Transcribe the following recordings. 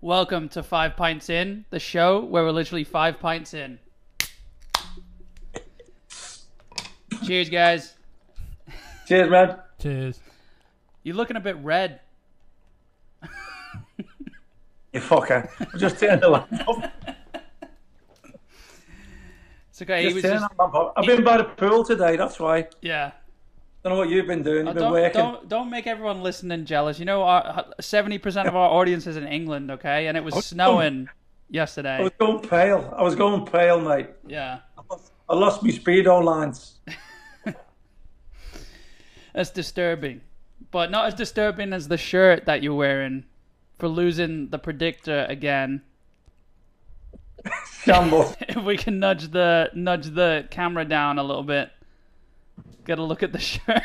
Welcome to Five Pints In, the show where we're literally five pints in. Cheers, guys. Cheers, man. Cheers. You're looking a bit red. You fucker. I just turned the lamp off. It's okay. he Just was turned just that lamp off. I've been by the pool today, that's why. yeah. Don't know what you've been doing. You've been don't, working. don't don't make everyone listening jealous. You know, seventy percent of our audience is in England, okay? And it was snowing I yesterday. was going pale. I was going pale, mate. Yeah, I lost my speedo lines. that's disturbing, but not as disturbing as the shirt that you're wearing for losing the predictor again. Shambles. If we can nudge the nudge the camera down a little bit, get a look at the shirt.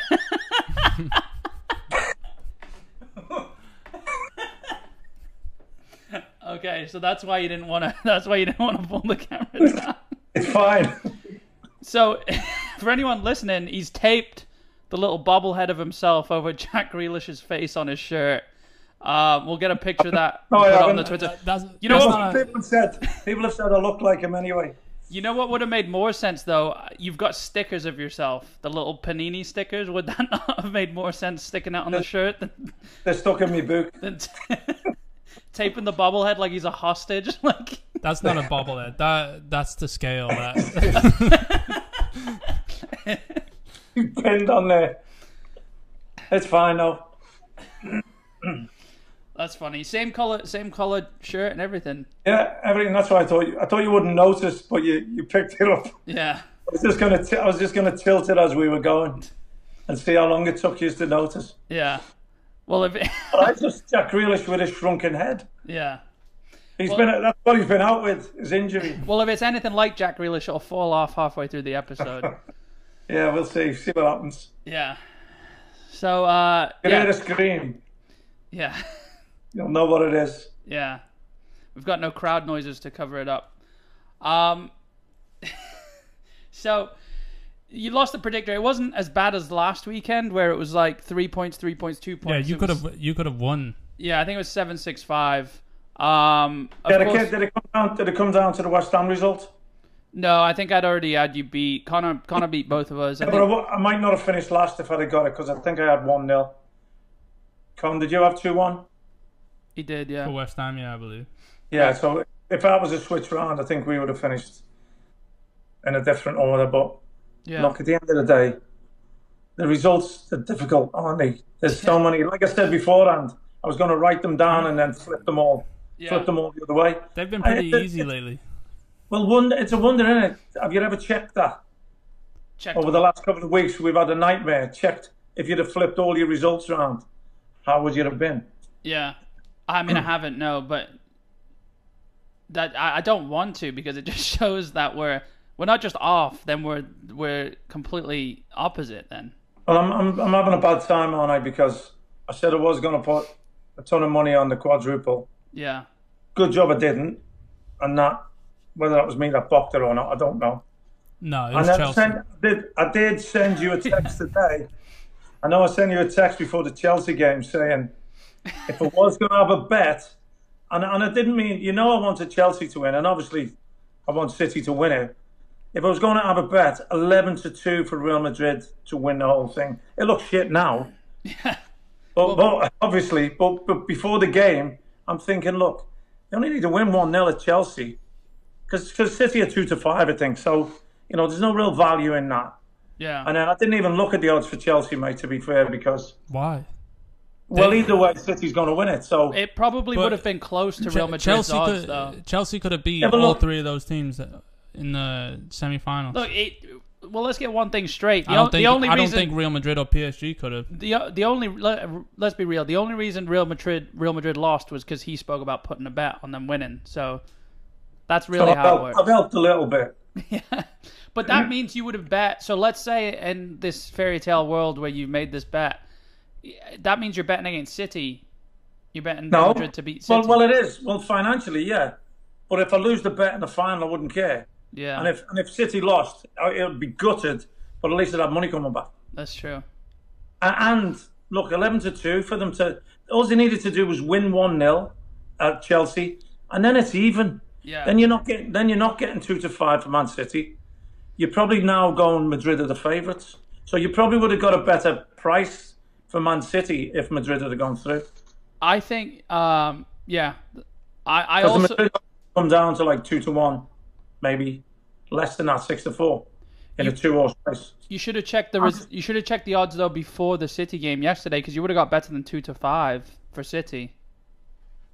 okay, so that's why you didn't want to. That's why you didn't want to pull the camera down. it's fine. So, for anyone listening, he's taped the little bobblehead of himself over Jack Grealish's face on his shirt. Uh, we'll get a picture of that No, I put on haven't. the Twitter. That's, You know that's what- not a- People have said people have said I look like him anyway. You know what would have made more sense though? You've got stickers of yourself, the little panini stickers. Would that not have made more sense sticking out on the shirt than, They're stuck in my book. than taping the bobblehead like he's a hostage? Like that's not a bobblehead. That that's the scale. That Pinned on there. It's fine though. that's funny. Same color, same colored shirt and everything. Yeah, everything. That's why I thought you, I thought you wouldn't notice, but you, you picked it up. Yeah. I was just gonna t- I was just gonna tilt it as we were going, and see how long it took you to notice. Yeah. Well, if I just Jack Grealish with his shrunken head. yeah. He's been that's what he's been out with his injury. Well, if it's anything like Jack Grealish, it'll fall off halfway through the episode. Yeah, we'll see. See what happens. yeah. So, uh, You hear yeah, a scream, yeah, you'll know what it is. yeah. We've got no crowd noises to cover it up. Um, so you lost the predictor. It wasn't as bad as last weekend, where it was like three points, three points, two yeah, points. you It could was- have you could have won. Yeah, I think it was seven six five. Um, of Did it, course- get- did it come down? Did it come down to the West Ham result? no, I think I'd already had you beat. Connor, Connor beat both of us. I But I, think, wa- I might not have finished last if I'd have got it because I think I had one 0 Con, did you have two one? he did, For yeah. West Ham, yeah, I believe. Yeah. So if that was a switch round, I think we would have finished in a different order. But Yeah. look, at the end of the day, the results are difficult, aren't they? There's so many. Like I said beforehand, I was going to write them down and then flip them all, yeah. flip them all the other way. They've been I- pretty it- easy lately. Well, wonder, it's a wonder, isn't it? Have you ever checked that? Checked Over the last couple of weeks, we've had a nightmare. Checked if you'd have flipped all your results around, how would you have been? Yeah, I mean, I haven't no, but that I, I don't want to because it just shows that we're we're not just off, then we're we're completely opposite. Then Well, I'm, I'm, I'm having a bad time, aren't I? Because I said I was going to put a ton of money on the quadruple. yeah, Good job I didn't. And that, whether that was me that bopped it or not, I don't know. No, it And was I, Chelsea. sent, I, did, I did send you a text today. I know I sent you a text before the Chelsea game saying if I was going to have a bet, and, and I didn't mean, you know, I wanted Chelsea to win, and obviously I want City to win it. If I was going to have a bet, 11 to 2 for Real Madrid to win the whole thing. It looks shit now. But, but obviously, but, but before the game, I'm thinking, look, they only need to win 1 0 at Chelsea because City are 2 to 5, I think. So, you know, there's no real value in that. yeah, And then I didn't even look at the odds for Chelsea, mate, to be fair, because, Why? well, either way, City's going to win it. So, it probably But- would have been close to Real Ch- Madrid's Chelsea odds could though. Chelsea could have beat Yeah, but all look- three of those teams in the semi-finals. Look, it, well, let's get one thing straight. The, I don't o- think the only I don't reason think Real Madrid or PSG could have. the o- the only let, us be real, the only reason Real Madrid Real Madrid lost was because he spoke about putting a bet on them winning. So that's really I've, how it helped, works. I've helped a little bit. But that means you would have bet. So let's say in this fairy tale world where you've made this bet, that means you're betting against City. You're betting Real No. Madrid to beat City. Well, well, it is. Well, financially, yeah. But if I lose the bet in the final, I wouldn't care. yeah, And if and if City lost, I- it would be gutted. But at least I'd have money coming back. that's true. A- And look, eleven to two for them to all they needed to do was win one 0 at Chelsea, and then it's even. Yeah. Then you're not getting then you're not getting two to five for Man City. You're probably now going Madrid are the favourites. So you probably would have got a better price for Man City if Madrid had gone through. I think. Um. Yeah. I. I Because also. Madrid come down to like two to one, maybe less than that, six to four in a two horse race. You should have checked the. Res- you should have checked the odds though before the City game yesterday because you would have got better than two to five for City.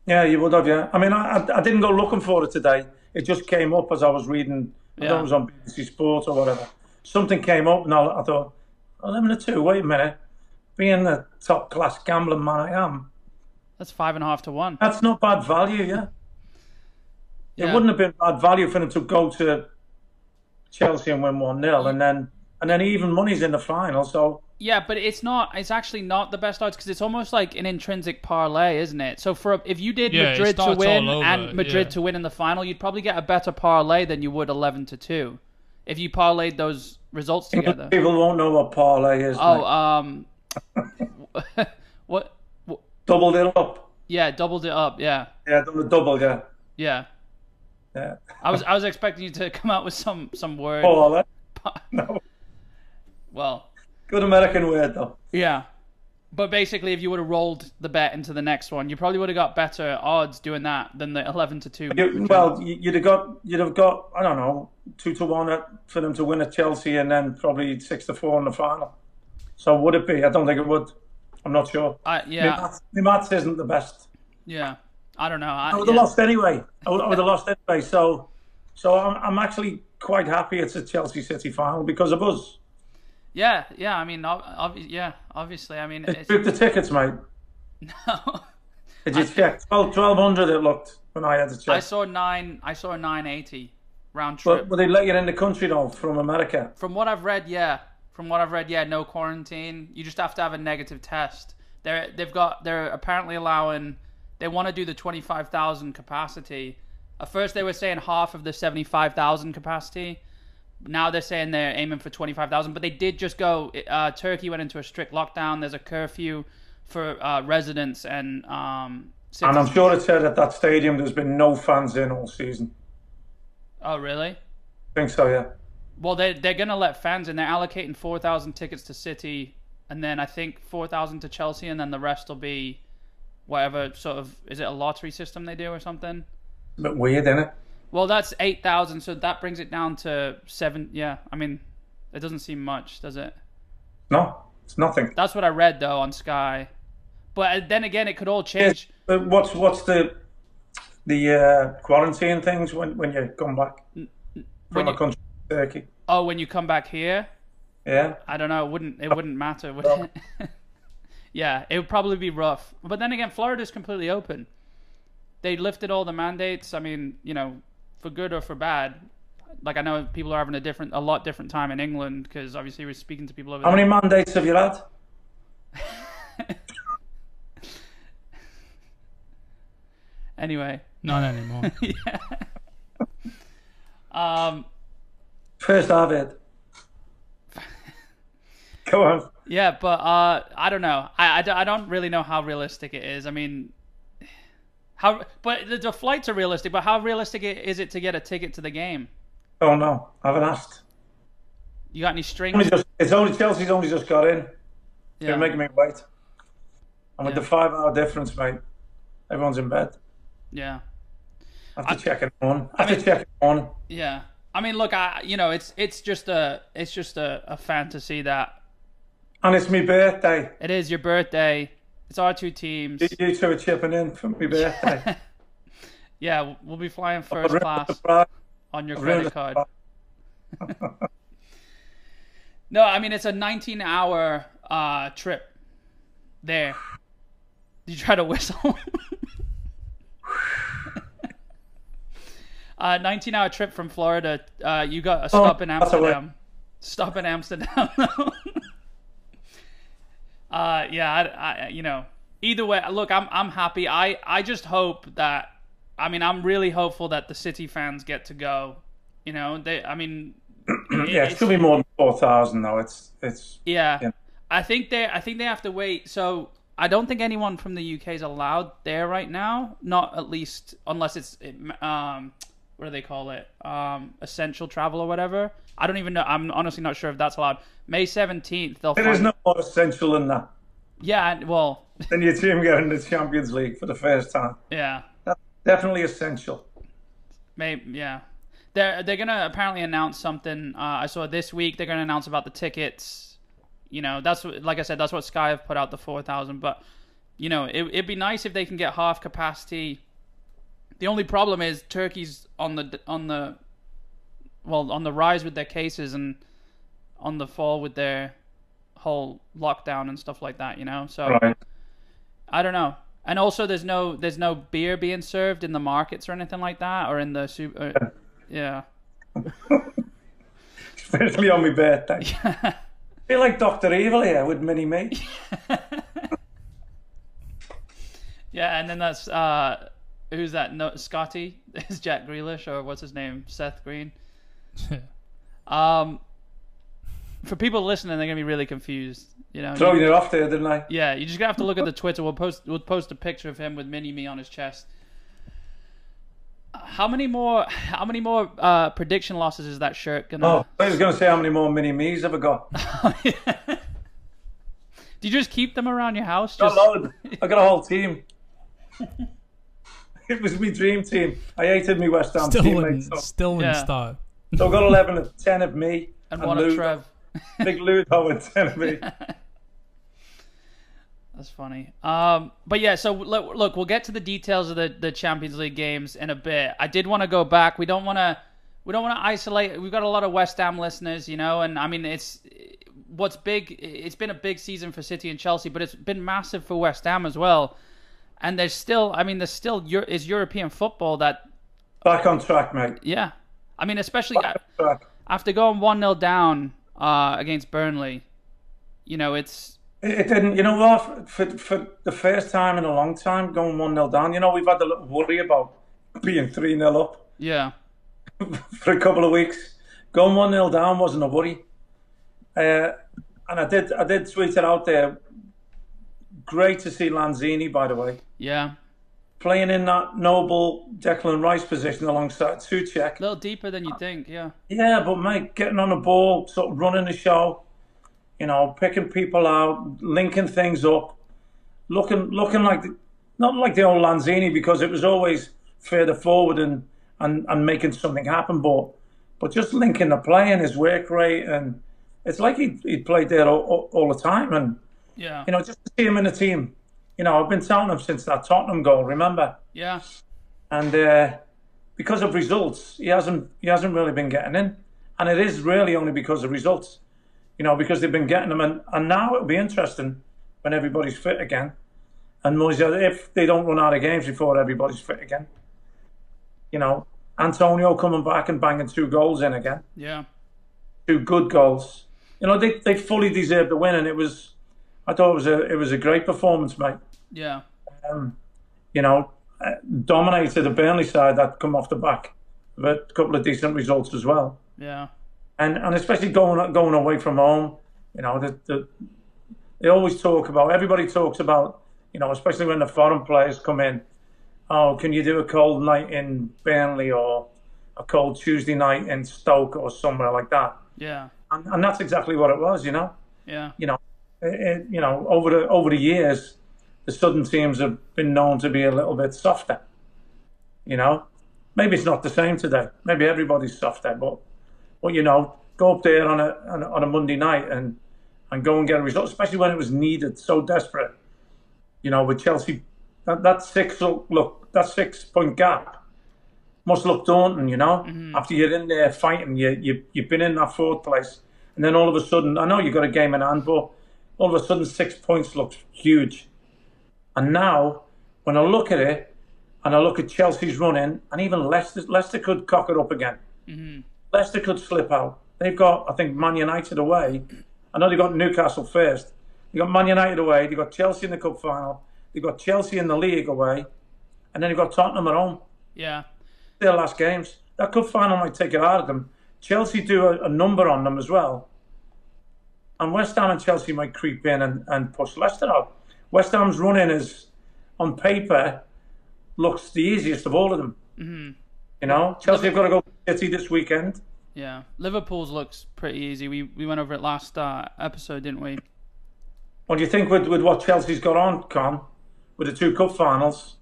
Yeah, you would have, yeah. I mean, I, I- I didn't go looking for it today. It just came up as I was reading. I thought Yeah. it was on BBC Sport or whatever. Something came up, and I, I thought, "Oh, 11 to 2, wait a minute. Being the top class gambling man I am, That's five and a half to one. that's not bad value, yeah. Yeah. It wouldn't have been bad value for them to go to Chelsea and win 1 0, and then and then even money's in the final, so Yeah, but it's not. It's actually not the best odds because it's almost like an intrinsic parlay, isn't it? So for a, if you did Yeah, it Madrid to starts win all over, and Madrid yeah. to win in the final, you'd probably get a better parlay than you would eleven to two if you parlayed those results together. people won't know what parlay is. Oh, mate. um, what? what- Doubled it up. Yeah, doubled it up. Yeah, Yeah, done the double, yeah. yeah. yeah. I was I was expecting you to come out with some some word. Parlay. No. Well, Good American word, though. yeah. But basically, if you would have rolled the bet into the next one, you probably would have got better odds doing that than the eleven to two. You, well, you- you'd have got you'd have got I don't know two to one at, for them to win at Chelsea, and then probably six to four in the final. So would it be? I don't think it would. I'm not sure. I, My yeah, maths- my maths isn't the best. yeah. I don't know. I, I would have yeah. lost anyway. I would, I would have lost anyway. So, so I'm, I'm actually quite happy it's a Chelsea City final because of us. yeah, yeah. I mean, ob- ob- yeah. Obviously, I mean, it's, Book the tickets, mate. Did you check? Twelve twelve hundred. It looked when I had to I check. saw nine. I saw a nine eighty round trip. But will they let you in the country though from America? From what I've read, yeah. From what I've read, yeah. No quarantine. You just have to have a negative test. They're they've got they're apparently allowing. They want to do the twenty five thousand capacity. At first, they were saying half of the seventy five thousand capacity. Now they're saying they're aiming for twenty five thousand. But they did just go. Uh, Turkey went into a strict lockdown. There's a curfew for uh, residents and um. And I'm citizens. sure it said at that stadium there's been no fans in all season. Oh really? I think so, yeah. Well, they they're gonna let fans in. They're allocating four thousand tickets to City, and then I think four thousand to Chelsea, and then the rest will be whatever sort of is it a lottery system they do or something. A bit weird, isn't it? Well, that's eight thousand, so that brings it down to seven. Yeah, I mean, it doesn't seem much, does it? No, it's nothing. That's what I read though on Sky. But uh, then again, it could all change. But Uh, what's what's the the uh, quarantine things when, when you come back When from you- a country like Turkey? oh, when you come back here, Yeah, I don't know. It wouldn't Oh. it wouldn't matter, would No. it? yeah, it would probably be rough. But then again, Florida's completely open. They lifted all the mandates. I mean, you know, for good or for bad. Like I know people are having a different, a lot different time in England because obviously we're speaking to people over how there. many mandates have you had? Anyway, Not anymore. um, First I've had. Go on. yeah, but uh, I don't know. I, I, don't- I don't really know how realistic it is. I mean, how? But the, the flights are realistic. But how realistic i- is it to get a ticket to the game? Oh no, I haven't asked. You got any strings? Only just, it's only Chelsea's only just got in. Yeah. They're making me wait. And with Yeah. the five hour difference, mate, everyone's in bed. yeah. After checking on, after checking on. Yeah. I mean, look, I you know, it's it's just a it's just a, a fantasy that And it's my birthday. it is your birthday. It's our two teams. You two are chipping in for my birthday. Yeah, we'll be flying first Ruined the class surprise. on your Ruined the credit card. surprise. No, I mean it's a 19-hour uh, trip. There. Did you try to whistle? uh, 19-hour trip from Florida. Uh, you got a stop in that's all right. Amsterdam. Stop in Amsterdam. uh, yeah, I, I, you know. Either way, look, I'm I'm happy. I I just hope that. I mean, I'm really hopeful that the City fans get to go. You know, they. I mean, Yeah, it's gonna be more than four thousand though. It's it's yeah. Yeah. I think they I think they have to wait. So I don't think anyone from the UK is allowed there right now. Not at least unless it's um, what do they call it? Um, essential travel or whatever. I don't even know. I'm honestly not sure if that's allowed. May seventeenth, they'll. There is find- no more essential than that. Yeah. and- Well. Than your team getting the Champions League for the first time. Yeah. That's definitely essential. Maybe. Yeah. They're they're gonna apparently announce something. Uh, I saw this week they're gonna announce about the tickets. You know, that's what, like I said, that's what Sky have put out the four thousand. But you know, it, it'd be nice if they can get half capacity. The only problem is Turkey's on the on the well on the rise with their cases and on the fall with their whole lockdown and stuff like that. You know, so Right. I don't know. And also, there's no there's no beer being served in the markets or anything like that, or in the soup. Or, yeah, Especially on my birthday. feel like Dr. Evil here with Mini Me. yeah. And then that's uh, who's that? No, Scotty is Jack Grealish or what's his name? Seth Green. Um, for people listening, they're gonna be really confused. You know, Throwing it off there, didn't I? yeah. You just gonna have to look at the Twitter. We'll post we'll post a picture of him with Mini Me on his chest. How many more? How many more uh, prediction losses is that shirt gonna? Oh, I was going to say how many more Mini Me's have I got? Do you just keep them around your house? got Just a load. I got a whole team. it was my dream team. I hated me West Ham Still teammates. wouldn't, So, still wouldn't Yeah. start. so I got 11 of 10 of me. and one of Lou- Trev. Big Ludo and 10 of me. That's funny. Um, but yeah, so look, look, we'll get to the details of the, the Champions League games in a bit. I did want to go back. We don't want to we don't want to isolate. We've got a lot of West Ham listeners, you know, and I mean it's what's big. It's been a big season for City and Chelsea, but it's been massive for West Ham as well. And there's still, I mean, there's still Eu- is European football that Back on track, mate. yeah. I mean, especially. Back on track. after going one 0 down uh, against Burnley, you know it's It it didn't. You know what? For, for, for the first time in a long time, going 1 0 down, you know, we've had a little worry about being 3 0 up yeah, for a couple of weeks. Going 1 0 down wasn't a worry. Uh, and I did, I did tweet it out there. Great to see Lanzini, by the way, yeah, playing in that noble Declan Rice position alongside Suchek. a little deeper than Uh, you think. Yeah, Yeah, but mate, getting on the ball, sort of running the show, you know, picking people out, linking things up, looking looking like the, not like the old Lanzini because it was always further forward and and, and making something happen, but but just linking the play and his work rate and it's like he he played there all, all, all the time and yeah, you know just to see him in the team, you know I've been telling him since that Tottenham goal, remember? yeah, and uh, because of results, he hasn't he hasn't really been getting in, and it is really only because of results, you know, because they've been getting them, and, and now it'll be interesting when everybody's fit again, and Moise- if they don't run out of games before everybody's fit again, you know, Antonio coming back and banging two goals in again, yeah, two good goals, you know, they they fully deserved the win, and it was, I thought it was a it was a great performance, mate yeah, um, you know, uh, dominated the Burnley side that come off the back, but a couple of decent results as well, yeah, and and especially going going away from home, you know, the, the, they always talk about everybody talks about, you know, especially when the foreign players come in, oh, can you do a cold night in Burnley or a cold Tuesday night in Stoke or somewhere like that, yeah, and, and that's exactly what it was, you know yeah, you know, it, it- Eh, you know, over the over the years, the southern teams have been known to be a little bit softer. You know, maybe it's not the same today. Maybe everybody's softer, but but you know, go up there on a on a, on a Monday night and and go and get a result, especially when it was needed, so desperate. You know, with Chelsea, that, that six look, look that six point gap must look daunting. You know, after you're in there fighting, you you you've been in that fourth place, and then all of a sudden, I know you got a game in hand, but all of a sudden, six points looks huge. And now, when I look at it, and I look at Chelsea's running, and even Leicester, Leicester could cock it up again. Leicester could slip out. They've got, I think, Man United away. I know they've got Newcastle first. They've got Man United away. They've got Chelsea in the cup final. They've got Chelsea in the league away. And then they've got Tottenham at home yeah, their last games. That cup final might take it out of them. Chelsea do a, a number on them as well. And West Ham and Chelsea might creep in and, and push Leicester out. West Ham's running is on paper looks the easiest of all of them. You know, Chelsea have got to go to City this weekend. Yeah, Liverpool's looks pretty easy. We we went over it last uh, episode, didn't we? What do you think with, with what Chelsea's got on, Con, with the two cup finals?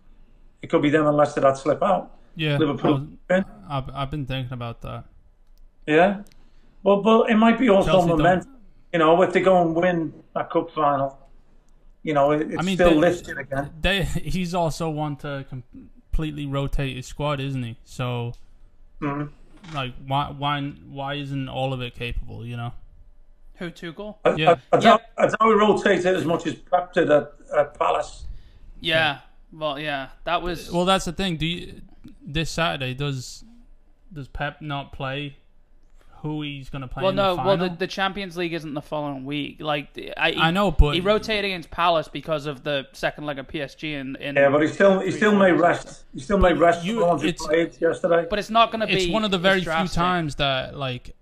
It could be them unless they that slip out. Yeah, Liverpool, I was- I've, I've been thinking about that. yeah. Well, but it might be also Chelsea don't- momentum. You know, if they go and win that cup final, you know, it, it's I mean, still they- lifted again. They he's also one to completely rotate his squad, isn't he? So, Mhm. like, why why why isn't all of it capable? You know? Who Tuchel? Yeah. I, I, Yeah. doubt, I doubt we rotate it as much as Pep did at, at Palace. Yeah. Well, yeah, that was Well, that's the thing. Do you this Saturday does does Pep not play? Who he's gonna play? Well, in no. the well, final? the, the Champions League isn't the following week. Like the- I, he, I know, but- he rotated against Palace because of the second leg of PSG, and, and Yeah, but he still he still may rest. He still may rest. you- the ones who it's- played yesterday. but it's not going to be. it's one of the very as few drastic. times that like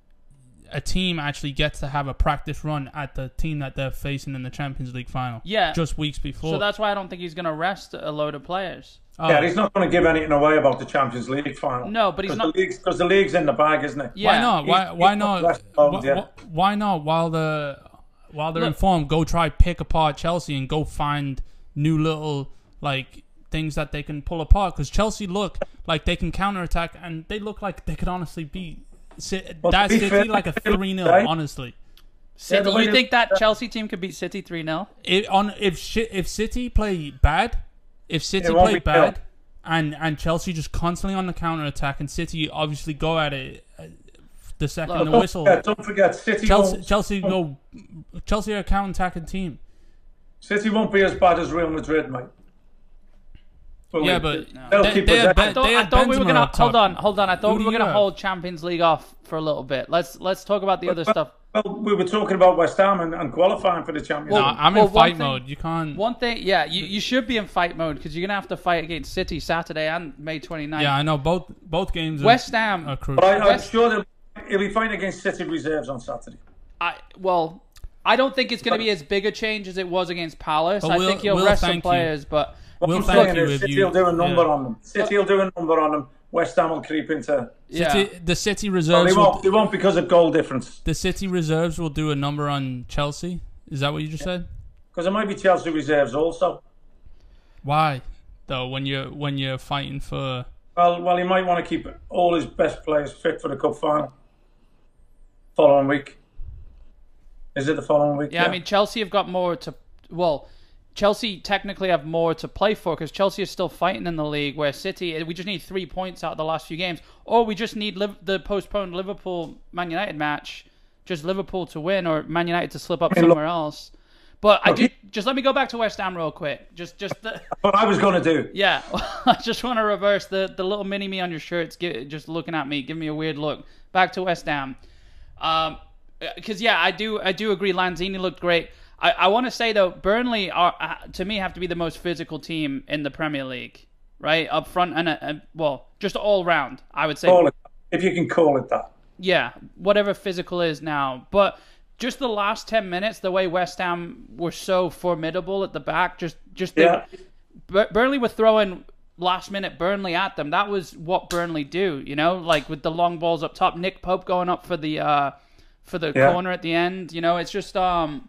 a team actually gets to have a practice run at the team that they're facing in the Champions League final. Yeah. just weeks before. So that's why I don't think he's going to rest a load of players. Oh, yeah, he's not going to give anything away about the Champions League final. No, but he's not- because the league's in the bag, isn't it? Yeah. Why not? Why He's- why he's not? not left alone, wh- yeah. wh- why not? While the while they're Look- in form, go try pick apart Chelsea and go find new little like things that they can pull apart. Because Chelsea look like they can counter attack and they look like they could honestly beat Ci- Well, to that be City fair, like a three 0 right? Honestly, Yeah, City, the way you they- think that Chelsea team could beat City three 0 it, on if shi if City play bad, if City It won't play be fair. bad, and and Chelsea just constantly on the counter attack, and City obviously go at it uh, the second Look, the Don't whistle. forget, don't forget, City Chelsea, won't, Chelsea go. Chelsea are a counter attacking team. City won't be as bad as Real Madrid, mate. Yeah, but they'll they- keep they possession. have Ben- thought, They I had thought we were Benzema gonna up top. hold on, hold on. I thought Who we do were you gonna have? hold Champions League off for a little bit. Let's let's talk about the other stuff. Well, we were talking about West Ham and, and qualifying for the Champions Well, League. I'm Well, in Oh. one fight thing- mode. You can't. One thing, yeah, you, you should be in fight mode because you're gonna have to fight against City Saturday and May 29th. yeah, I know both both games. West are, Ham. are But crucial. I, I'm West- sure that he'll be fighting against City reserves on Saturday. I well, I don't think it's going to be as big a change as it was against Palace. But I we'll- think he'll we'll rest thank some you. players, but We'll I'm thank saying you is if City you. will do a number yeah. on them. City will do a number on them. West Ham will creep into. yeah, City, the City Well, they reserves. will, won't. They won't because of goal difference. the City reserves will do a number on Chelsea. Is that what you just said? Because it might be Chelsea reserves also. Why though? When you're when you're fighting for Well, well, he might want to keep all his best players fit for the cup final. Following week. Is it the following week? yeah, I mean Chelsea have got more to well. Chelsea technically have more to play for because Chelsea is still fighting in the league. Where City, eh, we just need three points out of the last few games, or we just need Liv- the postponed Liverpool Man United match, just Liverpool to win or Man United to slip up look- somewhere else. But I do, just let me go back to West Ham real quick. Just, just the, What I was going to do. Yeah, I just want to reverse the, the little mini me on your shirts. gi- just looking at me, giving me a weird look. Back to West Ham, um, because yeah, I do I do agree. Lanzini looked great. I, I want to say though, Burnley are uh, to me have to be the most physical team in the Premier League, right up front and, uh, and well, just all round. I would say Call it, if you can call it that. yeah, whatever physical is now. But just the last ten minutes, the way West Ham were so formidable at the back, just just they, Yeah. Bur- Burnley were throwing last minute Burnley at them. That was what Burnley do, you know, like with the long balls up top. Nick Pope going up for the uh for the Yeah. corner at the end. You know, it's just um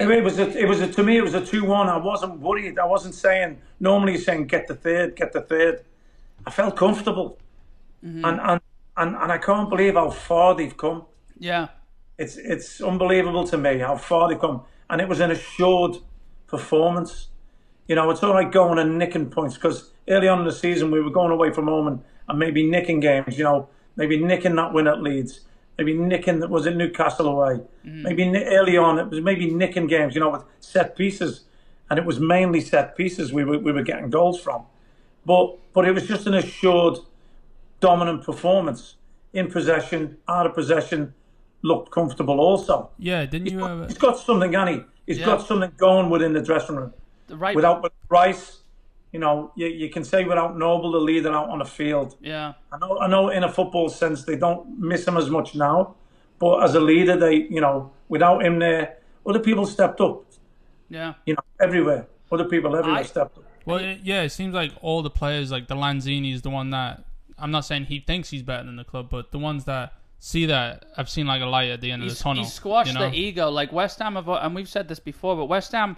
I mean, It was a, it was a, to me it was a two one. I wasn't worried. I wasn't saying normally saying get the third, get the third. I felt comfortable, and, and and and I can't believe how far they've come. yeah. It's it's unbelievable to me how far they've come, and it was an assured performance. You know, it's all right going and nicking points because early on in the season we were going away from home and, and maybe nicking games. You know, maybe nicking that win at Leeds, maybe nicking that was it Newcastle away. Maybe ni- early on it was maybe nicking games. You know, with set pieces, and it was mainly set pieces we were we were getting goals from, but but it was just an assured, dominant performance in possession, out of possession, looked comfortable also. yeah. Didn't you? Have, He's got something, has he? He's Yeah. got something going within the dressing room. The right Without with Rice, you know, you, you can say without Noble, the leader out on the field. yeah. I know, I know, in a football sense, they don't miss him as much now, but as a leader, they, you know, without him there, other people stepped up. Yeah. You know, everywhere. Other people everywhere I- stepped up. Well, it, yeah, it seems like all the players, like the Lanzini, is the one that I'm not saying he thinks he's better than the club, but the ones that see that I've seen like a light at the end of He's, the tunnel. he squashed you know? the E ego. Like West Ham have, and we've said this before, but West Ham,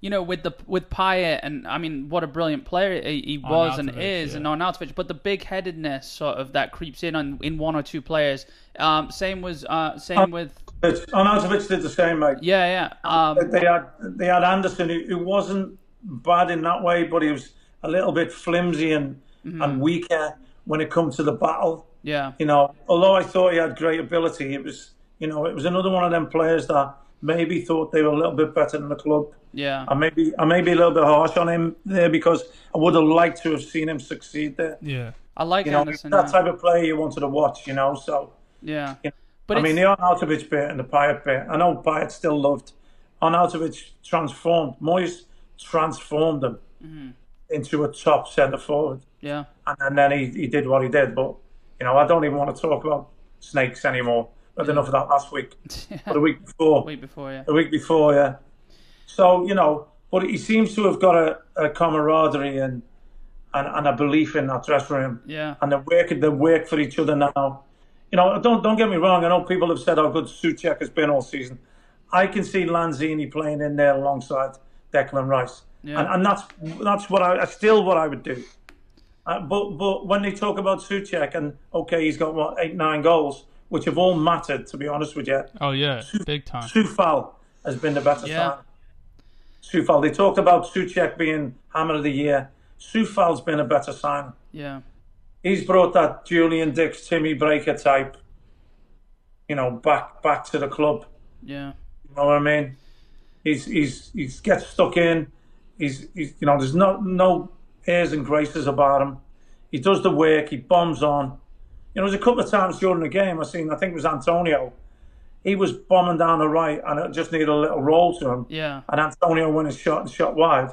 you know, with the with Payet, and I mean, what a brilliant player he, he was and Arnautovic, is, yeah. and Arnautovic. But the big headedness sort of that creeps in on in one or two players. Um, same was uh, Um, same with It's, Arnautovic did the same, mate. yeah yeah. Um, They had they had Anderson, who, who wasn't bad in that way, but he was a little bit flimsy and Mm-hmm. and weaker when it comes to the battle. yeah. You know, although I thought he had great ability, it was you know it was another one of them players that maybe thought they were a little bit better than the club. Yeah. I may be I may be a little bit harsh on him there because I would have liked to have seen him succeed there. Yeah. I like You know, Anderson. that yeah. type of player you wanted to watch. You know, so yeah. you know, But I mean, the it's- Arnautovic bit and the Payet bit. I know Payet still loved. Arnautovic transformed. Moyes transformed him Mm-hmm. into a top centre forward, yeah. and, and then he, he did what he did. But you know, I don't even want to talk about snakes anymore. I had enough of that last week, or the week before, Week before, yeah. the week before, yeah. So you know, but he seems to have got a, a camaraderie and, and and a belief in that dressing room Yeah. and they work they work for each other now. You know, don't don't get me wrong. I know people have said how good Suchek has been all season. I can see Lanzini playing in there alongside Declan Rice, Yeah. and, and that's that's what I that's still what I would do. Uh, but but when they talk about Suchek and okay, he's got what eight nine goals, which have all mattered to be honest with you. Oh yeah, big time. Sufal has been the better Yeah. sign. Sufal. They talked about Suchek being hammer of the year. Sufal's been a better sign Yeah. he's brought that Julian Dix, Timmy Breaker type, you know, back back to the club. Yeah. You know what I mean? He's he's he's gets stuck in. He's, he's you know, there's no no airs and graces about him. He does the work. He bombs on. You know, there's a couple of times during the game I seen. I think it was Antonio. He was bombing down the right, and it just needed a little roll to him. Yeah. And Antonio went and shot and shot wide,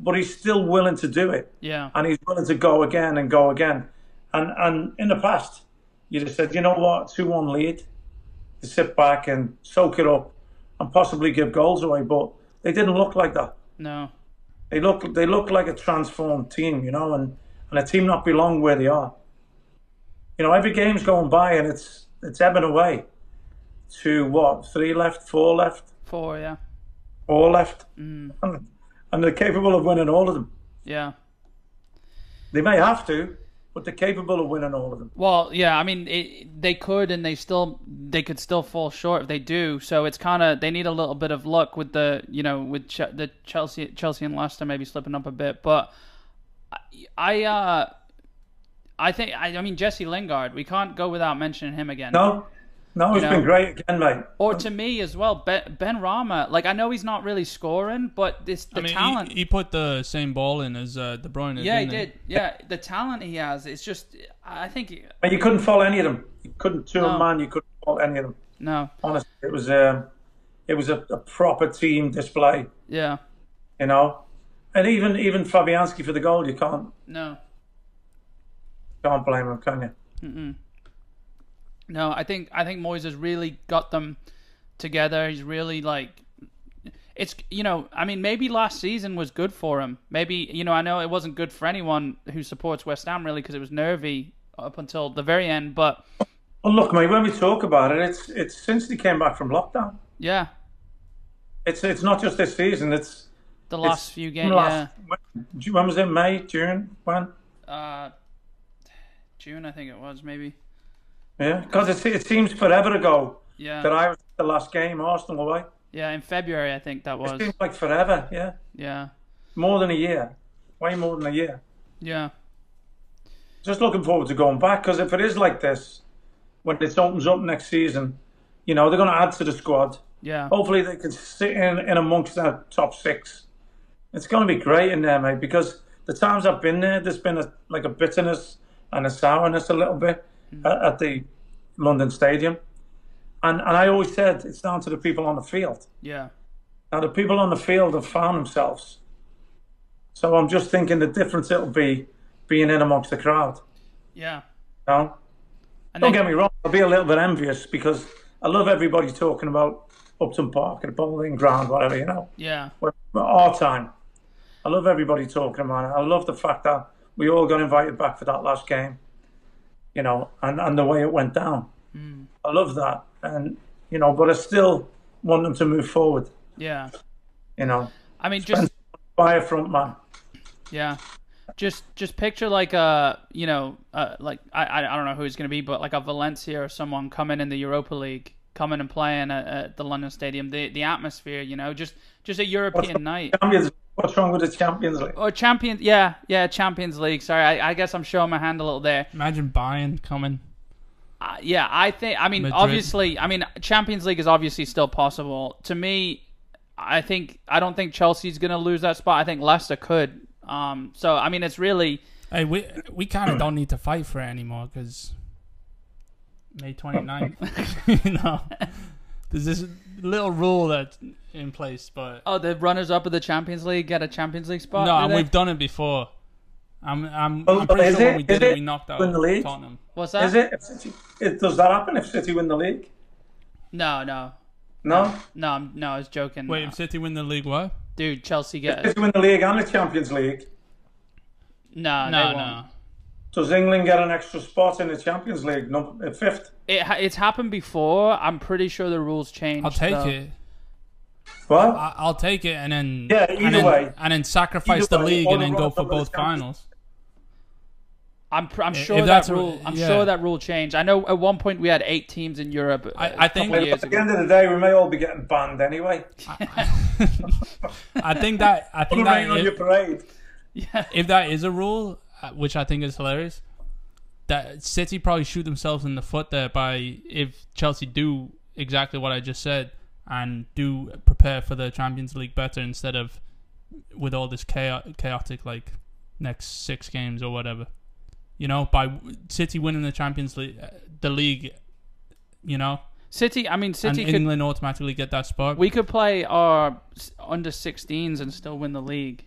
but he's still willing to do it Yeah. and he's willing to go again and go again. And and in the past, you'd have said, you know what, two one lead, to sit back and soak it up, and possibly give goals away. But they didn't look like that. No. They look they look like a transformed team, you know, and and a team not belong where they are. You know, every game's going by and it's it's ebbing away. To what three left, four left, Four, yeah. four left, and, and they're capable of winning all of them. Yeah. They may have to, but they're capable of winning all of them. Well, yeah, I mean, it, they could, and they still, they could still fall short if they do. So it's kind of they need a little bit of luck with the, you know, with Ch- the Chelsea, Chelsea and Leicester maybe slipping up a bit. But I, I, uh, I think, I, I mean, Jesse Lingard, we can't go without mentioning him again. No, no, he's know? been great again, mate. Or Um, to me as well, Ben, ben Rama. Like I know he's not really scoring, but this the I mean, talent. He, he put the same ball in as uh, De Bruyne. yeah, he didn't did. Yeah, the talent he has. It's just, I think, But you couldn't follow any of them. You couldn't two No. a man. You couldn't follow any of them. no, Honestly, it was um, it was a, a proper team display, yeah, you know. And even even Fabianski for the goal, you can't no. can't blame him, can you? No, I think I think Moyes has really got them together. He's really like it's you know, I mean maybe last season was good for him. Maybe you know, I know it wasn't good for anyone who supports West Ham really because it was nervy up until the very end, but Well, look, mate. When we talk about it, it's it's since they came back from lockdown. yeah, It's it's not just this season. It's the it's last few games, last- when, when was it? May, June, when? yeah. Uh June I think it was maybe. Yeah, because it, it seems forever ago that Yeah. I was at the last game Arsenal away. Yeah, in February I think that was. Seems like forever. Yeah. Yeah. More than a year. Way more than a year. Yeah. Just looking forward to going back because if it is like this, when it opens up next season, you know, they're going to add to the squad. Yeah. Hopefully they can sit in, in amongst that top six. It's going to be great in there, mate, because the times I've been there, there's been a, like a bitterness and a sourness a little bit at, at the London Stadium. And, and I always said it's down to the people on the field. Yeah. Now the people on the field have found themselves. So I'm just thinking the difference it'll be being in amongst the crowd. Yeah. You know? And Don't they- get me wrong, I'll be a little bit envious because I love everybody talking about Upton Park at a bowling ground, whatever, you know. Yeah. We're, we're our time. I love everybody talking about it. I love the fact that we all got invited back for that last game, you know, and, and the way it went down. I love that. And, you know, but I still want them to move forward, Yeah. you know. I mean, just Buy a front man. Yeah. Just just picture like a you know uh, like I I I don't know who it's gonna be but like a Valencia or someone coming in the Europa League coming and playing at, at the London Stadium the the atmosphere you know just just a European night Champions, what's wrong with the Champions League? or Champions yeah yeah Champions League sorry I, I guess I'm showing my hand a little there Imagine Bayern coming. Uh, yeah, I think. I mean, Madrid. obviously, I mean, Champions League is obviously still possible. To me, I think I don't think Chelsea's going to lose that spot. I think Leicester could. Um, so I mean, it's really Hey, we we kind of don't need to fight for it anymore because May 29th. you know, there's this little rule that's in place, but oh the runners up of the Champions League get a Champions League spot. no, do and they? we've done it before. I'm I'm, Oh, I'm pretty is sure when it? we did Is it, it we knocked out in the league? Tottenham. What's that? Is it? If City, it does that happen if City win the league? No, no, No, no, I'm- no. I was joking. Wait, if City win the league, what? dude, Chelsea get City win the league and the Champions League. no, No, they won't. no. Does England get an extra spot in the Champions League? No, uh, fifth. It ha- it's happened before. I'm pretty sure the rules changed. I'll take though. it. What? I, I'll take it, and then Yeah, either and then, way. and then sacrifice Either the way, league, all and then the go runners for up in the both Champions finals. I'm pr- I'm sure that that's a- rule. I'm yeah. sure that rule changed. I know at one point we had eight teams in Europe. I- uh, I a think- couple of years at the ago. end of the day, we may all be getting banned anyway. I think that I Put a think that ring on if, your parade. if that is a rule, uh, which I think is hilarious, that City probably shoot themselves in the foot there by if Chelsea do exactly what I just said and do prepare for the Champions League better instead of with all this chao- chaotic like next six games or whatever. You know, by w- City winning the Champions League, uh, the league, you know, City. I mean, City and could England automatically get that spot. we could play our s- under 16s and still win the league.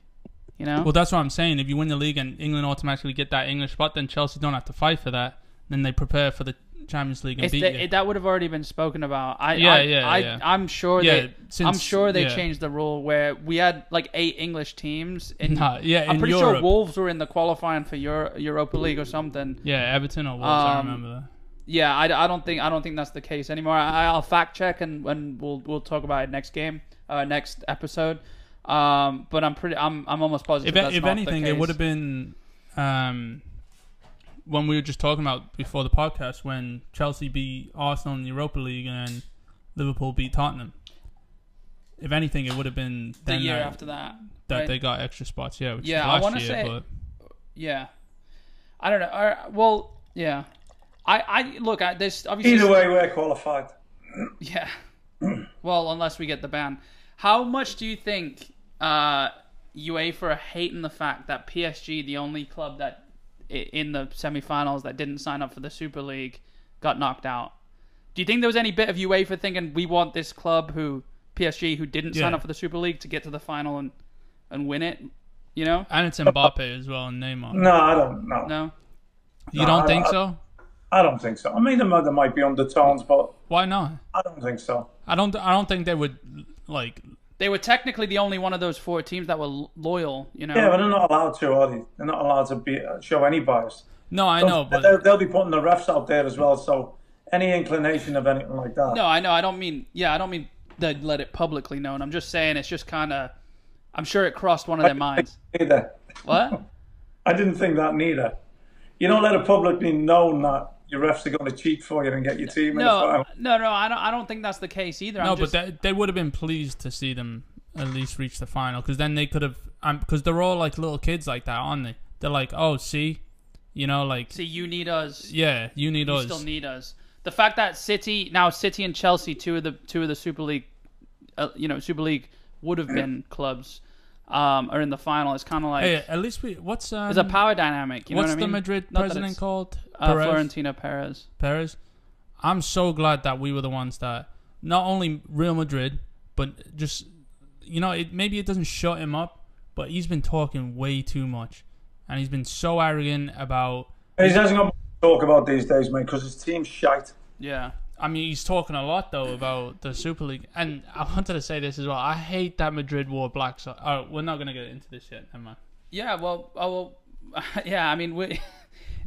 You know? Well, that's what I'm saying. If you win the league and England automatically get that English spot, then Chelsea don't have to fight for that. Then they prepare for the Champions League and It's beat that- you. it- that would have already been spoken about. I, Yeah, I, yeah, I, yeah. I'm sure Yeah, they, I'm since- sure they yeah. changed the rule where we had like eight English teams. In, Nah, yeah, I'm in pretty sure Europe. Wolves were in the qualifying for Euro, Europa League or something. yeah, Everton or Wolves. I Um, remember that. Yeah, I, I don't think I don't think that's the case anymore. I, I'll fact check and, and we'll we'll talk about it next game, uh, next episode. Um, but I'm pretty I'm I'm almost positive. If, that's if not the anything, it case. would have been um, when we were just talking about before the podcast when Chelsea beat Arsenal in the Europa League and Liverpool beat Tottenham. If anything, it would have been the then year that, after that. that right? they got extra spots. Yeah, which Yeah, I is last wanna year. say- but Yeah, I don't know. Uh, well, yeah, I, I look. I, there's obviously Either way, we're qualified. Yeah. well, unless we get the ban. How much do you think uh, UEFA are hating the fact that PSG, the only club that i- in the semi-finals that didn't sign up for the Super League, got knocked out? Do you think there was any bit of UEFA thinking we want this club who PSG who didn't sign Yeah. up for the Super League to get to the final and and win it? You know? and it's Mbappe as well and Neymar. No, I don't. No, No. you don't I- think I- so? I don't think so. I mean, there might, there might be undertones, but Why not? I don't think so. I don't. I don't think they would like. They were technically the only one of those four teams that were l- loyal, you know. Yeah, but they're not allowed to, are they? They're not allowed to be, uh, show any bias. No, I know, they'll, but they'll be putting the refs out there as well. So any inclination of anything like that. No, I know. I don't mean. Yeah, I don't mean they let it publicly known. I'm just saying it's just kind of. I'm sure it crossed one of their minds. Either. What? I didn't think that neither. You don't let it publicly known that your refs are going to cheat for you and get your team in the No, final. no, no. I don't. I don't think that's the case either. no, I'm just, but they, they would have been pleased to see them at least reach the final because then they could have. Because they're all like little kids like that, aren't they? They're like, oh, see, you know, like see, you need us. yeah, you need You us. still need us. The fact that City now City and Chelsea, two of the two of the Super League, uh, you know, Super League would have been clubs, um, are in the final. It's kind of like hey, at least we. What's um, there's a power dynamic. You what's know what the I mean? Madrid Not that president it's- called? Uh, Perez? Florentino Perez. Perez. I'm so glad that we were the ones that not only Real Madrid, but just you know, it maybe it doesn't shut him up, but he's been talking way too much, and he's been so arrogant about He hasn't got much to talk about these days, mate, because his team's shite. Yeah. I mean, he's talking a lot though about the Super League, and I wanted to say this as well. I hate that Madrid wore black. So oh, we're not gonna get into this yet, never mind. Yeah, well, oh, well, yeah. I mean, we,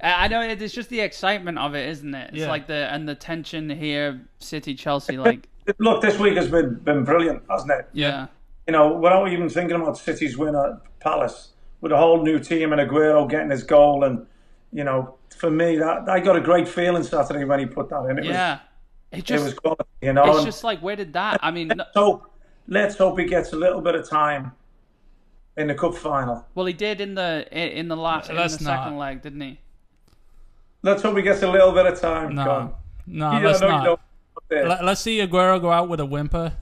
I I know it- it's just the excitement of it, isn't it? It's Yeah. like the and the tension here, City, Chelsea, like Look, this week has been, been brilliant, hasn't it? yeah, You know, without even thinking about City's win at Palace, with a whole new team and Aguero getting his goal, and you know, for me, that I got a great feeling Saturday when he put that in. It yeah. It was, just it was quality, you know. it's and just like where did that? I mean, no- so let's hope he gets a little bit of time in the cup final. well, he did in the in in the last in the That's not- second leg, didn't he? Let's hope he gets a little bit of time. No, Con. no, You let's know, you not. don't want this. Let, us see Aguero go out with a whimper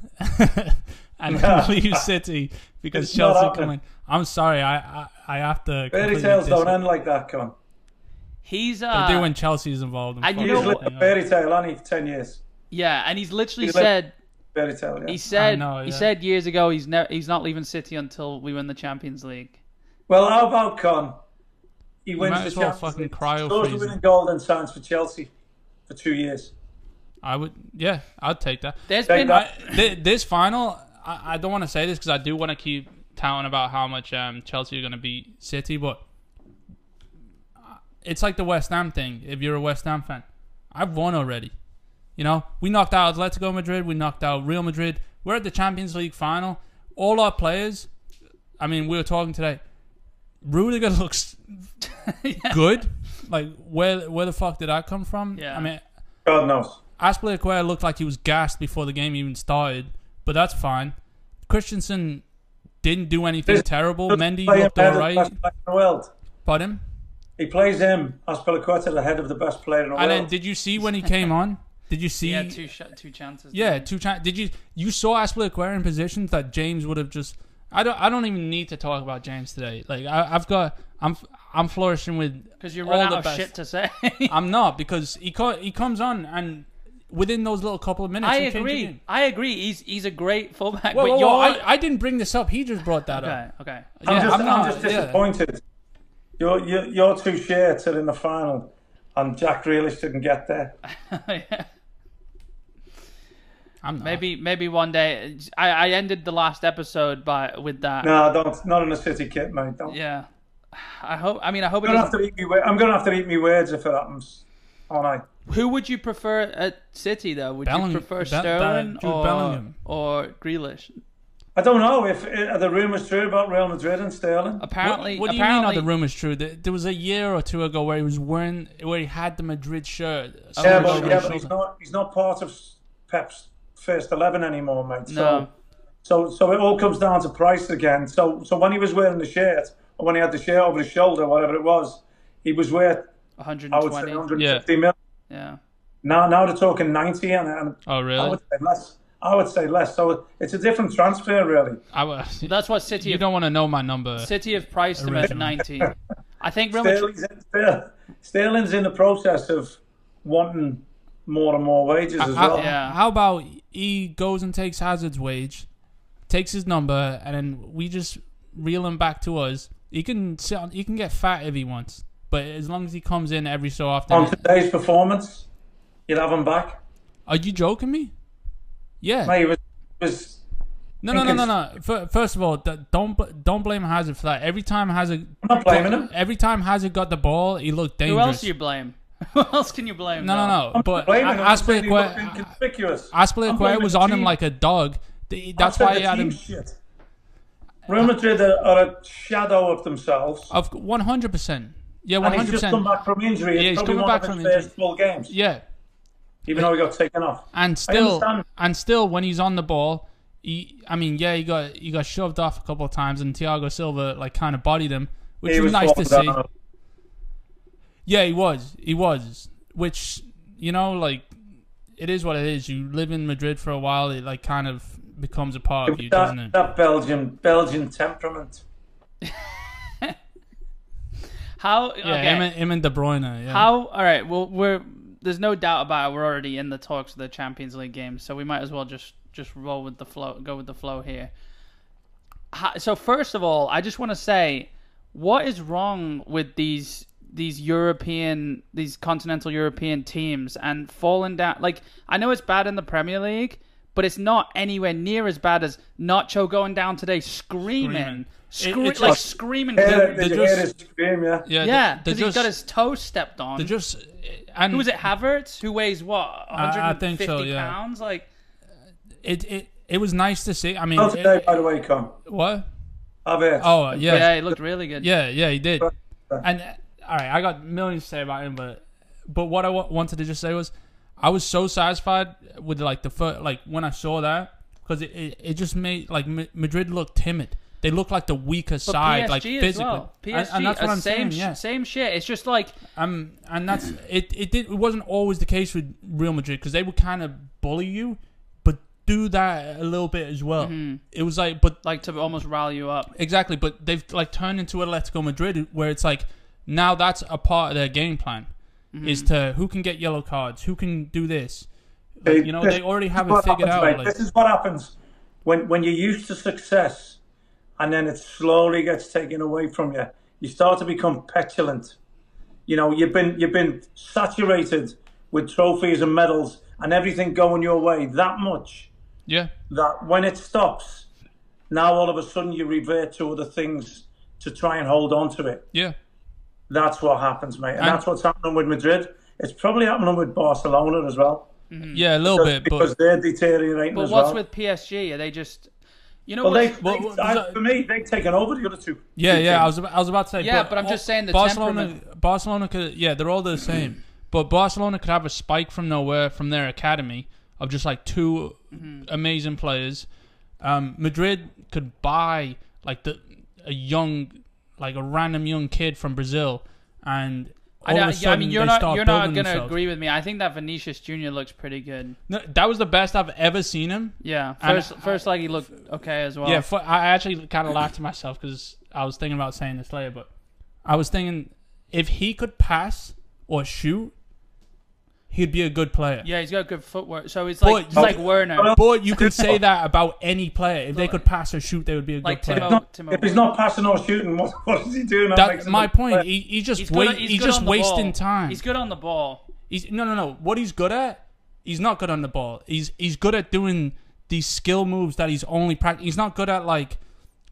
and leave City because It's not Chelsea happening. come in. I'm sorry, I I, I have to. Fairy completely tales don't dis- end like that, Con. He's They uh, do when Chelsea's involved. And you He's know unfortunately. lived a fairy tale, hasn't he? Ten years. yeah, and he's literally He's like- said Fairy tale. Yeah. he said know, he yeah. said years ago he's ne- he's not leaving City until we win the Champions League. Well, how about Con? He wins might the as well Champions fucking League. cryo Scores freeze the him. winning goal and signs for Chelsea for two years. I would, yeah, I'd take that. There's Take been that. Th- this final, I, I don't want to say this because I do want to keep touting about how much um, Chelsea are going to beat City, but it's like the West Ham thing. If you're a West Ham fan, I've won already. You know, we knocked out Atletico Madrid, we knocked out Real Madrid. We're at the Champions League final. All our players, I mean, we were talking today. Rudiger looks good. Like, where where the fuck did that come from? Yeah. I mean, God knows. Aspilicueta looked like he was gassed before the game even started, but that's fine. Christensen didn't do anything This- terrible. Mendy Play him looked ahead all of the right. best player in the world. Pardon? He plays him as Pelicueta, the head of the best player in the And then world. did you see when he came on? Did you see? he had two sh- two chances. Yeah, two chan- Did you you saw Aspilicueta in positions that James would have just? I don't. I don't even need to talk about James today. Like I, I've got. I'm. I'm flourishing with because you all run out the of best. shit to say. I'm not because he co- he comes on and within those little couple of minutes. I he changed the agree. game. I agree. He's he's a great fullback, Whoa, but whoa, you're whoa, I, I didn't bring this up. He just brought that up. okay. Okay. I'm, Yeah, just, I'm I'm, not- just yeah. disappointed. Your, your, your two shirts are in the final, and Jack Grealish didn't get there. Yeah. I'm not. Maybe maybe one day. I, I ended the last episode by with that. No, don't. Not in a city kit, mate. Don't. Yeah. I hope. I mean, I hope it I'm gonna have doesn't. to eat me. wo- I'm gonna have to eat me words if it happens. All right. Who would you prefer at City though? Would Belling- you prefer Be- Be- Sterling Jude or Bellingham. or Grealish? I don't know if uh, are the rumors true about Real Madrid and Sterling. Apparently, what, what do you mean? apparently, Are the rumors true? There, there was a year or two ago where he was wearing, where he had the Madrid shirt. Yeah, slung but, over yeah, his but he's shoulder. not. He's not part of Pep's first eleven anymore, mate. So, No. so, so it all comes down to price again. So, so when he was wearing the shirt, or when he had the shirt over his shoulder, whatever it was, he was worth I would say 120. 150 mil. Yeah. Now, now they're talking 90, and, and Oh I really? would say less. I would say less. So it's a different transfer, really. I would, That's what City you have, don't want to know my number. City have priced him at Original. 90. I think Real Madrid, Sterling's in, Ster- Sterling's in the process of wanting more and more wages as How, well. Yeah. how about he goes and takes Hazard's wage, takes his number, and then we just reel him back to us. He can sit on, he can get fat if he wants, but as long as he comes in every so On often. today's performance, you'd have him back. Are you joking me? Yeah. Mate, he was, was No, no, no, no, no. Fir- First of all, th- don't bl- don't blame Hazard for that. Every time Hazard, I'm not blaming him. every time Hazard got the ball, he looked who dangerous. else do you blame? Who else can you blame? no, though? no, no. I'm But blaming him. I'm saying he looked Aspilicueta, inconspicuous. I'm Aspilicueta blaming was the on him team. like a dog. Th- That's I'm why saying he had the him. team's Shit. Real Madrid are, are a shadow of themselves. Of one hundred percent. Yeah, And one he's hundred just come percent. back from injury. It's Yeah, he's probably coming one back of his from injury. first full games, Yeah, even though he got taken off. and still, understand. and still, when he's on the ball, he. I mean, yeah, he got he got shoved off a couple of times, and Thiago Silva like kind of bodied him, which He was was nice to falling see. down. Yeah, he was. He was. Which you know, like it is what it is. You live in Madrid for a while, it like kind of becomes a part of you, doesn't That, it? that Belgian Belgian temperament. How? Yeah, okay. him, and, him and De Bruyne. Yeah. How? All right. Well, we're there's no doubt about it. We're already in the talks of the Champions League games, so we might as well just just roll with the flow. Go with the flow here. Ho- So first of all, I just want to say, what is wrong with these these European, these continental European teams and falling down. Like I know it's bad in the Premier League, but it's not anywhere near as bad as Nacho going down today, screaming, Screaming. screaming, It- it's like like- screaming. Hear it, they're did you hear just- it scream? Yeah. Yeah, yeah, they, because they he's just, got his toe stepped on. they just and Who was it? Havertz, who weighs what, 150 I- I think so, yeah. pounds? Like It, it it was nice to see. I mean, Not it- today, by the way, Con. what? Have it. Oh yeah, yeah, he looked really good. Yeah, yeah, he did. And uh, all right, I got millions to say about him, but but what I wa- wanted to just say was, I was so satisfied with like the first, like when I saw that because it, it, it just made like Ma- Madrid look timid. They look like the weaker But side, PSG like as physically. well. PSG, and, and that's what uh, I'm same, saying. sh- Yeah, same shit. It's just like um, and that's it. It did. It wasn't always the case with Real Madrid because they would kind of bully you, but do that a little bit as well. Mm-hmm. It was like, but like to almost rile you up. Exactly, but they've like turned into Atletico Madrid, where it's like now that's a part of their game plan is to who can get yellow cards, who can do this. Like, you know, this- they already this have is it what figured happens, out. mate. Like, This is what happens when when you're used to success, and then it slowly gets taken away from you. You start to become petulant. You know, you've been you've been saturated with trophies and medals and everything going your way that much yeah, that when it stops, now all of a sudden you revert to other things to try and hold on to it. yeah, That's what happens, mate, and And- that's what's happening with Madrid. It's probably happening with Barcelona as well. yeah, a little bit, because but they're deteriorating But as what's well. with PSG? Are they just you know Well, what? they, Well, they- well, I- there's a- for me, they've taken over the other two. yeah, two yeah. I teams. was about, I was about to say, Yeah, but I'm just saying the Barcelona, temperament- Barcelona, could, yeah, they're all the same, but Barcelona could have a spike from nowhere from their academy of just like 2 Mm-hmm. amazing players. Um, Madrid could buy like the a young, like a random young kid from Brazil, and I, all of a don't- yeah, I sudden mean, you're they not start you're not building gonna themselves. agree with me. I think that Vinicius Junior looks pretty good. No, that was the best I've ever seen him. Yeah, And first first leg he looked okay as well. Yeah, fu- I actually kind of laughed to myself because I was thinking about saying this later, but I was thinking if he could pass or shoot, he'd be a good player. yeah, he's got good footwork. So it's like But- it's like Werner, But you could say that about any player. If they could pass or shoot, they would be a good like player. Timo. If he's Timo. not passing or shooting, what, what is he doing? That makes That's him my a- point. He, he's just He's good- wait, he's he's, good just on the ball. wasting time. He's good on the ball. He's no, no, no. What he's good at, he's not good on the ball. He's he's good at doing these skill moves that he's only practicing. He's not good at like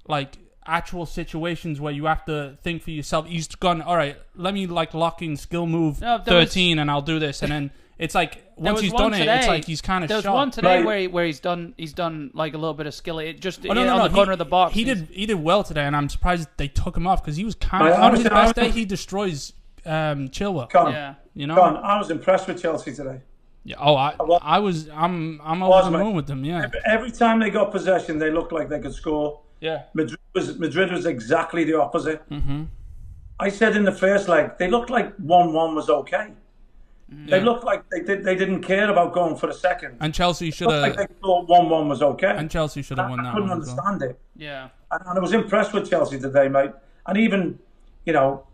like actual situations where you have to think for yourself. He's gone. All right, let me like lock in skill move No, there was- thirteen, and I'll do this. And then it's like There once was he's one done today, it, it's like he's kind of There was shot. one today Right. where he, where he's done he's done like a little bit of skill. It just Oh, no, no, on no. the he, corner of the box. He he's- did. He did well today, and I'm surprised they took him off because he was kind I- of I on was- his I best was- day. He destroys um, Chilwell. Con, Yeah. You know. Con, I was impressed with Chelsea today. Yeah, oh, I, was- I was. I'm. I'm was, over the mate. moon with them. Yeah. Every time they got possession, they looked like they could score. Yeah. Madrid was Madrid was exactly the opposite. Mm-hmm. I said in the first leg, they looked like one-one was okay. They Yeah. looked like they did, they didn't care about going for a second. And Chelsea should looked like have. they thought one-one was okay. And Chelsea should have won I that couldn't one. as well. understand it. yeah. and, and I was impressed with Chelsea today, mate. And even, you know,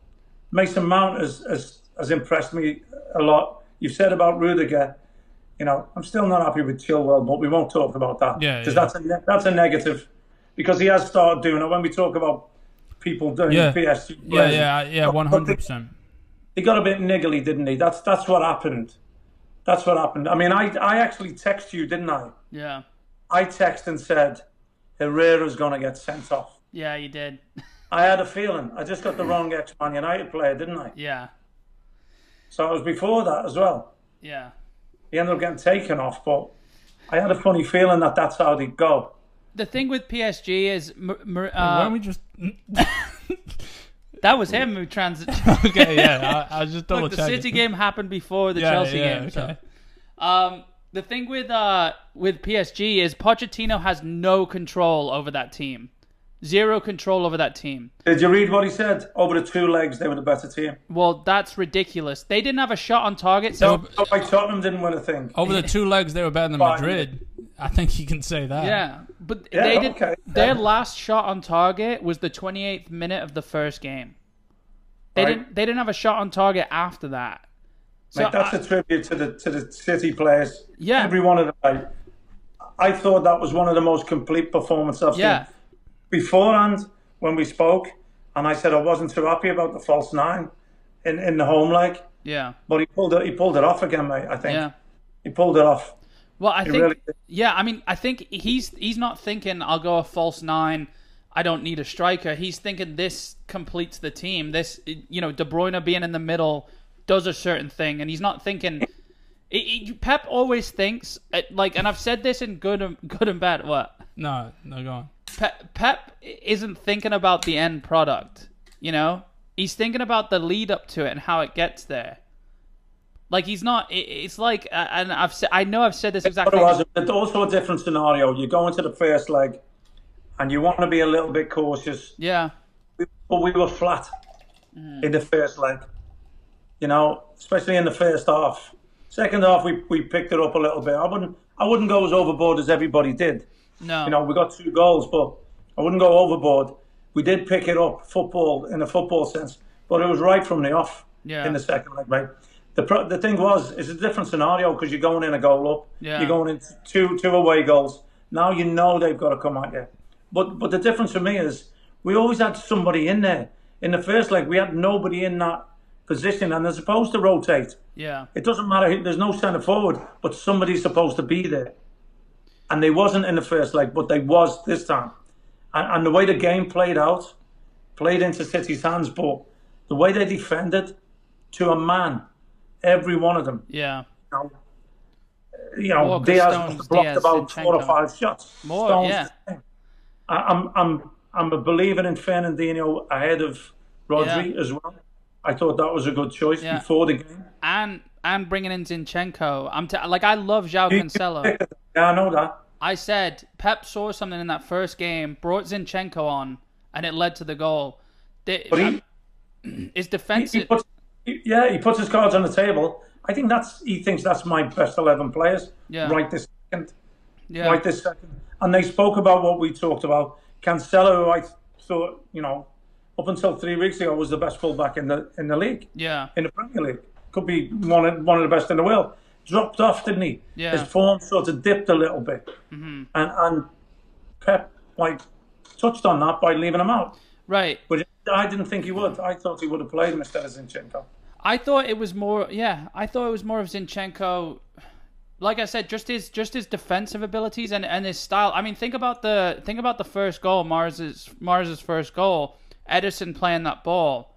Mason Mount has, has, has impressed me a lot. You've said about Rudiger, you know, I'm still not happy with Chilwell, but we won't talk about that. Yeah, Because yeah. that's, a ne- that's a negative. Because he has started doing it. When we talk about people doing Yeah. PSG, Yeah, players, yeah, yeah. One hundred percent. he got a bit niggly, didn't he? That's, that's what happened. That's what happened. I mean, I, I actually text you, didn't I? Yeah. I text and said, Herrera's going to get sent off. Yeah, he did. I had a feeling. I just got the wrong ex Man United player, didn't I? Yeah. So it was before that as well. Yeah. He ended up getting taken off, but I had a funny feeling that that's how they go. The thing with PSG is Mer- Mer- Why uh, don't we just? that was him who transit. okay, yeah. I, I was just double Look, the checking. City game happened before the Yeah, Chelsea yeah, game. Okay. So. Um, the thing with uh with PSG is Pochettino has no control over that team, zero control over that team. Did you read what he said? Over the two legs, they were the better team. Well, that's ridiculous. They didn't have a shot on target. They So were- So like Oh, Tottenham didn't win a thing. Oh, Over the two legs, they were better than Fine. Madrid. I think you can say that. yeah, but Yeah, they did. okay. Their Yeah. last shot on target was the 28th minute of the first game. They Right. didn't. They didn't have a shot on target after that. So Mate, that's I- a tribute to the to the City players. Yeah. every one of them. Like, I thought that was one of the most complete performances I've yeah. seen. Beforehand, when we spoke, and I said I wasn't too happy about the false nine. in, in the home like. Yeah. But he pulled it. He pulled it off again, mate. I think Yeah. he pulled it off. Well, I think really did. yeah, I mean, I think he's he's not thinking I'll go a false nine. I don't need a striker. He's thinking this completes the team. This you know, De Bruyne being in the middle does a certain thing and he's not thinking it, it- Pep always thinks uh, like and I've said this in good and good and bad what No, no, go on. Pep, Pep isn't thinking about the end product, you know? He's thinking about the lead up to it and how it gets there. Like he's not. it- It's like, uh, and I've said, I know I've said this But exactly. it was it's also a different scenario. You go into the first leg, and you want to be a little bit cautious. Yeah, But we were flat in the first leg. You know, especially in the first half. Second half, we, we picked it up a little bit. I wouldn't I wouldn't go as overboard as everybody did. no, You know, we got two goals, but I wouldn't go overboard. We did pick it up, football in a football sense, but it was right from the off Yeah. in the second leg, right? The pro- the thing was, it's a different scenario because you're going in a goal up, Yeah. you're going in two two away goals. Now you know they've got to come at you. But but the difference for me is we always had somebody in there. In the first leg, we had nobody in that position, and they're supposed to rotate. yeah, It doesn't matter. who- There's no centre forward, but somebody's supposed to be there, and they wasn't in the first leg, but they was this time. And, and the way the game played out, played into City's hands, but the way they defended, to a man, every one of them. yeah. You know, you know Walker, Diaz Stones, must have blocked Diaz, about four or Zinchenko. five shots. More, Stones, yeah. I, I'm, I'm, I'm a believer in Fernandinho ahead of Rodri Yeah. as well. I thought that was a good choice Yeah. before the game. And and bringing in Zinchenko. I'm t- like, I love João Cancelo. Yeah, I know that. I said Pep saw something in that first game, brought Zinchenko on, and it led to the goal. They, But he, it's he defensive. puts, he- yeah, he puts his cards on the table. I think that's he thinks that's my best eleven players Yeah. right this second, yeah, right this second. And they spoke about what we talked about. Cancelo, who I thought you know, up until three weeks ago was the best fullback in the in the league, yeah, in the Premier League. Could be one of, one of the best in the world. Dropped off, didn't he? Yeah. Mm-hmm. His form sort of dipped a little bit, and and Pep like touched on that by leaving him out. right. But I didn't think he would. I thought he would have played instead of Zinchenko. I thought it was more. Yeah, I thought it was more of Zinchenko. Like I said, just his just his defensive abilities and, and his style. I mean, think about the think about the first goal, Mars's Mars's first goal. Edison playing that ball.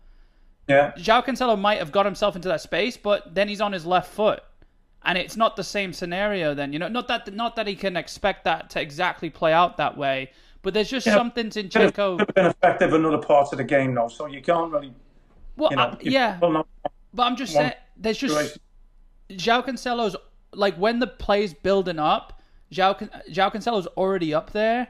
Yeah. Jao Cancelo might have got himself into that space, but then he's on his left foot, and it's not the same scenario. Then you know, not that not that he can expect that to exactly play out that way, but there's just something Could have, Zinchenko. could have been effective in other parts of the game, though, so you can't really, Well, you know. I- you Uh, yeah, don't know but I'm just one saying, there's the just situation. Jao Cancelo's like when the play's building up, Jao, Can- Jao Cancelo's already up there.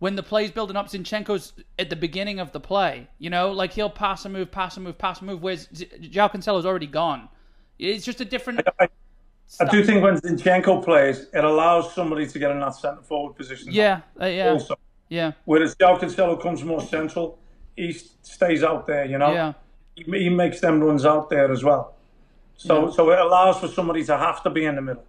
When the play's building up, Zinchenko's at the beginning of the play. You know, like he'll pass a move, pass a move, pass a move. Whereas Z- Jao Cancelo's already gone. It's just a different. I, I do think when Zinchenko plays, it allows somebody to get in that centre forward position. Yeah, uh, yeah, Also, yeah, whereas Jao Cancelo comes more central, he s- stays out there. You know, yeah, he, he makes them runs out there as well. So, Yeah. so it allows for somebody to have to be in the middle.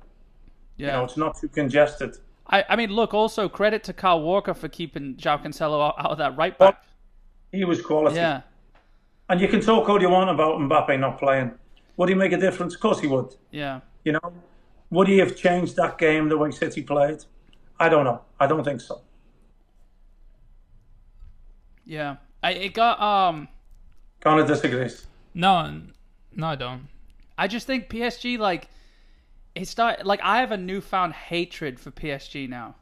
yeah. You know, it's not too congested. I, I mean, look. Also, credit to Kyle Walker for keeping Jao Cancelo out, out of that right back. He was quality. Yeah, And you can talk all you want about Mbappe not playing. Would he make a difference? Of course he would. yeah. You know, would he have changed that game the way City played? I don't know. I don't think so. Yeah, I it got um. Kind of disagrees. No, n- no, I don't. I just think PSG like it start like I have a newfound hatred for PSG now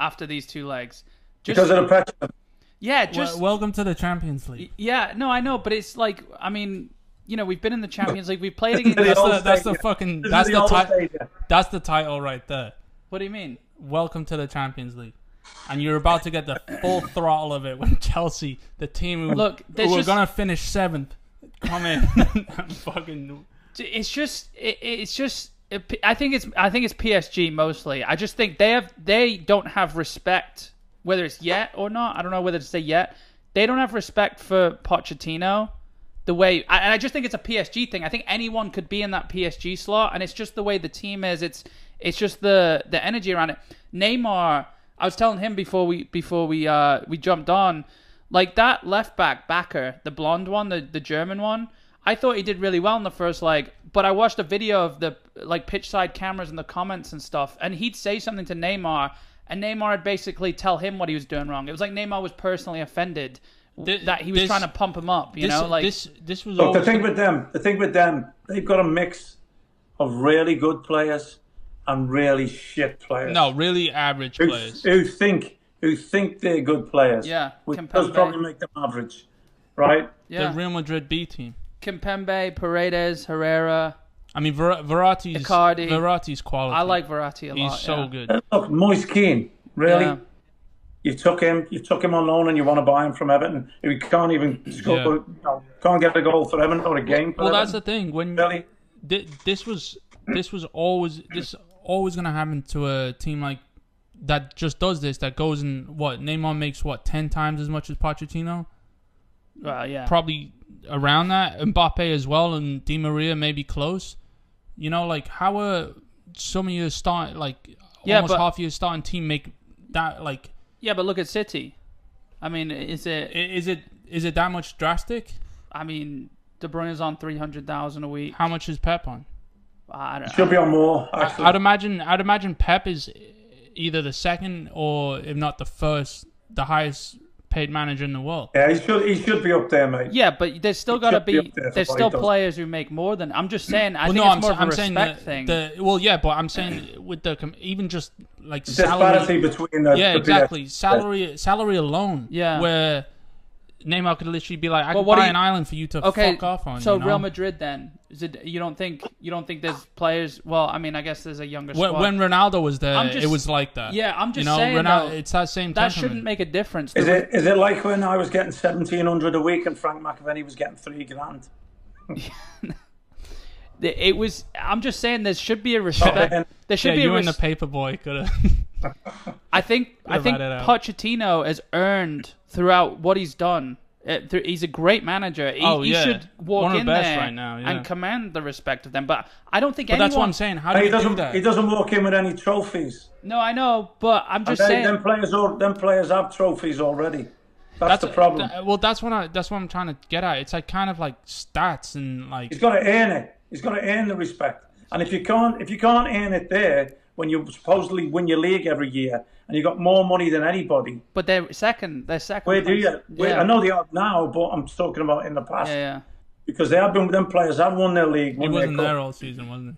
after these two legs. Just Because of the pressure. yeah, just Wel- welcome to the Champions League. yeah. No, I know, but it's like I mean, you know, we've been in the Champions League. We've played against. This That's is the, old that's the stadium. fucking This is that's the the old title. stadium. That's the title right there. what do you mean? Welcome to the Champions League. And you're about to get the full throttle of it when Chelsea, the team who Look, who there's are just- gonna finish seventh, come in and fucking it's just it, it's just it, I think it's I think it's PSG mostly. I just think they have they don't have respect whether it's yet or not. I don't know whether to say yet. They don't have respect for Pochettino. The way I- and I just think it's a PSG thing. I think anyone could be in that PSG slot and it's just the way the team is. It's it's just the the energy around it. Neymar, I was telling him before we before we uh we jumped on like that left back backer, the blonde one, the the German one. I thought he did really well in the first leg, but I watched a video of the like pitch side cameras and the comments and stuff, and he'd say something to Neymar, and Neymar would basically tell him what he was doing wrong. It was like Neymar was personally offended Thi- that he was this- trying to pump him up. You This, know, like this, this was Look, the always thing with them, the thing with them, they've got a mix of really good players and really shit players. no really average who, players. who think who think they're good players. Yeah, which Kempe. does probably make them average, right? yeah, The Real Madrid B team. Kimpembe, Paredes, Herrera. I mean, Ver- Verratti's Icardi. Verratti's quality. I like Verratti a lot. He's so yeah. good. And Look, Moise Keane, really. Yeah. You took him, you took him on loan, and you want to buy him from Everton. He can't even score, Yeah. you know, can't get a goal for Everton or a game. For Well, that's Everton. the thing. When really. thi- this was this was always this always gonna happen to a team like that just does this that goes and what Neymar makes what ten times as much as Pochettino Well, yeah. probably around that Mbappe as well and Di Maria maybe close you know like how are some of your start like Yeah, almost but- half your starting team make that like yeah, but look at City. I mean, is it? i- is it is it that much drastic I mean, De Bruyne's on three hundred thousand a week. how much is Pep on I don't. Should be on more. Actually, I'd imagine I'd imagine Pep is either the second or if not the first, the highest paid manager in the world. yeah, he should. He should be up there, mate. Yeah, but there's still got to should be be up there for there's what he still does. players who make more than. I'm just saying. I Well, think no, it's I'm, more s- of a I'm saying respect the, thing. the well, yeah, but I'm saying with the com- even just like disparity salary, between the yeah, the exactly, PS. salary, salary alone, Yeah. where Neymar could literally be like, I Well, could what do buy you- an island for you to okay, fuck off on. so you know? Real Madrid then is it? You don't think you don't think there's players? Well, I mean, I guess there's a younger when, squad. when Ronaldo was there, I'm just- it was like that. yeah, I'm you just know, saying Ronaldo, though, it's that same. that temperament. shouldn't make a difference. Is The- it is it like when I was getting seventeen hundred a week and Frank McAvaney was getting three grand? the- it was. I'm just saying there should Oh, be a respect. then- There should yeah, be a you res- and the paper boy could have. I think I think had it out. Pochettino has earned throughout what he's done. Uh, through, he's a great manager. He, Oh, he yeah. should walk One of the in best there right now, yeah. and command the respect of them. But I don't think But anyone. that's what I'm saying. How do He you do doesn't. that? He doesn't walk in with any trophies. No, I know, but I'm just They, saying. them players, all, them players have trophies already. That's, the a- problem. th- well, that's what I that's what I'm trying to get at. It's like kind of like stats and like He's got to earn it. He's got to earn the respect. And if you can't, if you can't earn it there, when you supposedly win your league every year and you got more money than anybody, But they're second. They're second. where do place. you? Where, yeah. I know they are now, but I'm talking about in the past Yeah, yeah. because they have been. Them players have won their league. it Won wasn't their there cup. all season, wasn't it?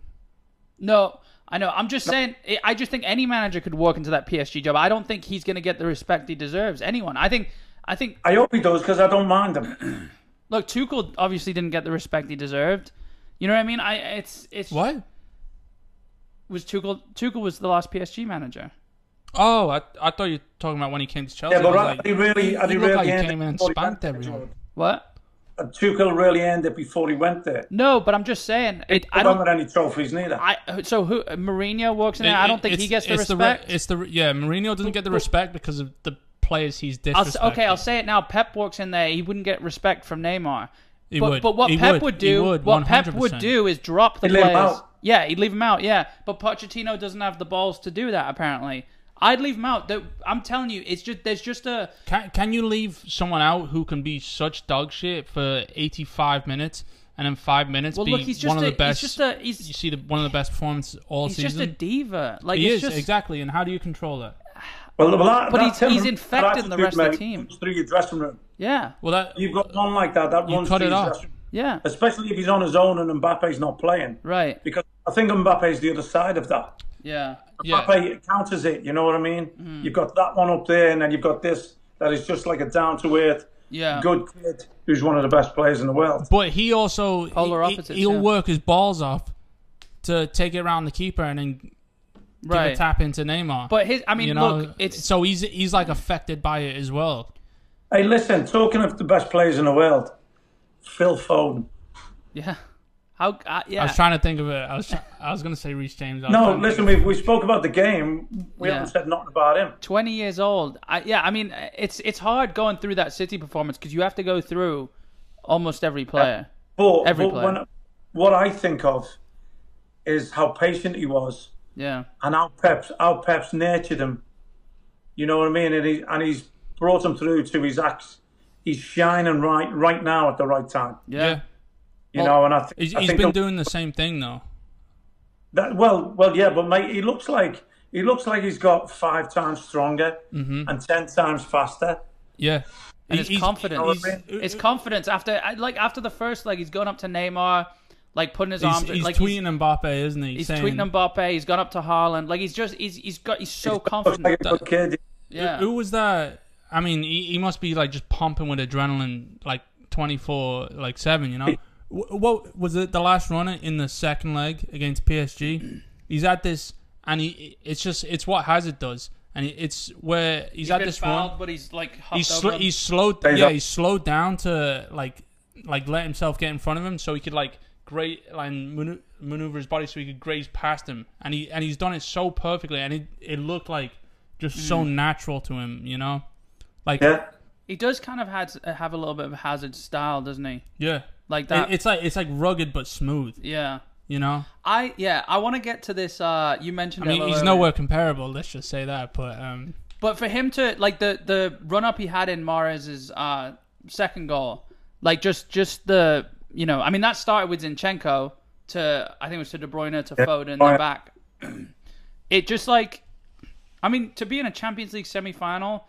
No, I know. I'm just saying. I- I just think any manager could walk into that PSG job. I don't think he's going to get the respect he deserves. Anyone. I think. I think. I hope he does because I don't mind him. Look, Tuchel obviously didn't get the respect he deserved. You know what I mean? I it's it's What? was Tuchel. Tuchel was the last PSG manager. Oh, I, I thought you were talking about when he came to Chelsea. Yeah, but I was right, like, he really, he, he really looked like he earned came it in and before he spanked went there, everyone. Jordan. What? And Tuchel really earned it before he went there. No, but I'm just saying. It, I I don't don't. with any trophies neither. I so who Mourinho walks in there. it- I don't think he it's- gets the it's respect. The, re- it's the re- yeah. Mourinho doesn't get the respect because of the players he's I'll, s- disrespecting. okay, I'll say it now. Pep walks in there. He wouldn't get respect from Neymar. He but, would. but what He Pep would. would, He do, would, what Pep would 100%. do is drop the He'd leave players. him out. Yeah, he'd leave him out. Yeah, but Pochettino doesn't have the balls to do that. Apparently, I'd leave him out. There- I'm telling you, it's just there's just a Can can you leave someone out who can be such dog shit for 85 minutes and in five minutes well, be look, he's just one a, of the best? he's just a he's you see the one of the best performances all he's just season. a diva. Like he it's is just exactly. And how do you control that? well, well, that, but that he's- he's temperament, infecting that the attitude, rest of the mate, team. runs through your dressing room. yeah, Well, that You've got one like that that runs cut through it your off. dressing room. yeah, Especially if he's on his own and Mbappe's not playing. right, Because I think Mbappe's the other side of that. yeah, Mm. yeah. Mbappe counters it, you know what I mean? You've got that one up there and then you've got this that is just like a down to earth, yeah. good kid who's one of the best players in the world. But he also Polar he, opposites, will yeah. work his balls off to take it around the keeper and then give right. a tap into Neymar. But his, I mean, you know, look, it's so he's he's like affected by it as well. Hey, listen, talking of the best players in the world, Phil Foden. yeah. How uh, yeah. I was trying to think of it. I was try- I was gonna say Reece James. I was No, trying to listen, think we we spoke about the game. We Yeah. haven't said nothing about him. 20 years old. I, yeah, I mean, it's it's hard going through that City performance because you have to go through almost every player. But, Every but player. when, what I think of is how patient he was Yeah, and how Pep's how Pep's nurtured him. You know what I mean? And he and he's brought him through to his acts. He's shining right right now at the right time. yeah, Yeah. You Well, know, and I, th- He's, I he's think been the- doing the same thing though. that well, well, yeah, but mate, he looks like he looks like he's got five times stronger Mm-hmm. and ten times faster. Yeah, and it's confidence. he's- It's confidence after I- like after the first leg, he's going up to Neymar, like putting his He's, arms he's like tweeting Mbappe, isn't he? He's, he's Saying, tweeting Mbappe. He's gone up to Haaland. Like he's just he's he's got he's so Looks confident. like a good kid. yeah, Who was that? I mean, he, he must be like just pumping with adrenaline, like twenty four, like seven. You know, Wh- what was it? The last runner in the second leg against PSG. He's at this, and he it's just it's what Hazard does, and it's where he's at been this fouled, one. but he's like hopped He's over sl- him. he's slowed. Stays Yeah, up. he's slowed down to like like let himself get in front of him, so he could like great and manu- maneuver his body so he could graze past him, and he and he's done it so perfectly, and it it looked like just so Mm. natural to him, you know, like yeah, Yeah, he does kind of had have a little bit of hazard style, doesn't he? Like that. It- it's like it's like rugged but smooth, yeah. you know. I yeah, I want to get to this. Uh, you mentioned. I mean, it a he's little nowhere comparable. Let's just say that, but um, But for him to like the the run up he had in Mares's uh, second goal, like just just the you know, I mean that started with Zinchenko to I think it was to De Bruyne to Foden Bruyne. then back. it just like, I mean, to be in a Champions League semi final,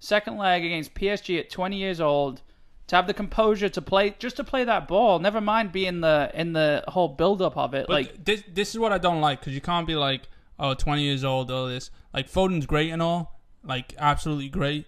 second leg against PSG at 20 years old, to have the composure to play just to play that ball, never mind being the in the whole build up of it, But like. th- this this is what I don't like because you can't be like oh 20 years old all this like Foden's great and all like absolutely great.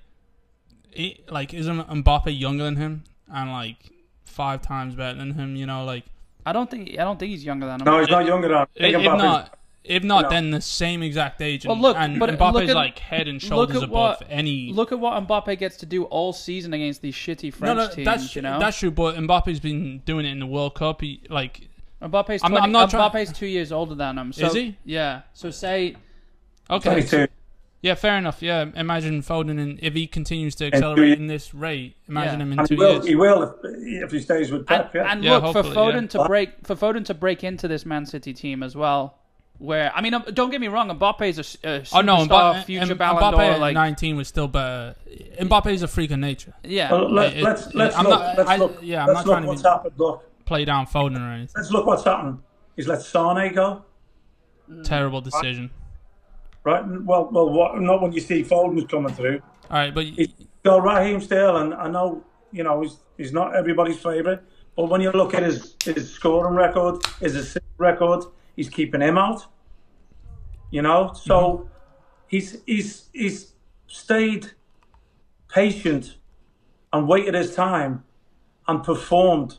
He, like isn't Mbappe younger than him and like five times better than him? You know like I don't think I don't think he's younger than him. no, he's not younger than. I i- think if Mbappe's- not if not No. then the same exact age. And, Well, look, and but Mbappe's look at- like head and look shoulders at above what any. look at what Mbappe gets to do all season against these shitty no, French no, teams. that's you know, that's true. But Mbappe's been doing it in the World Cup. He, like Mbappe's. 20, I'm not- I'm not trying- Mbappe's two years older than him. So, Is he? Yeah. So say okay, Twenty-two. Yeah, fair enough. Yeah, imagine Foden, and if he continues to accelerate in this rate, imagine Yeah. him in And he two will. years. He will if, if he stays with and, Pep. Yeah. and Yeah, look for hopefully, Foden yeah. to break for Foden to break into this Man City team as well. Where I mean, um, don't get me wrong, Mbappe's a, s- a Oh no, superstar, Mbappe, future Mbappe Ballon d'Or. at Like, 19 was still better. Mbappe is a freak of nature. yeah, Well, let, it- let's let's I'm look. not- let's I- look. yeah, I'm let's not look trying to what's be- happened. Look, Play down Foden or anything. let's look what's happened. He's let Sane go. Terrible decision. Right. Well, well, what, not when you see Foden coming through. All right, but y- He's got Raheem Sterling. I know, you know, he's, he's not everybody's favourite, but when you look at his, his scoring record, his assist record, he's keeping him out. You know, so he's he's he's stayed patient and waited his time and performed.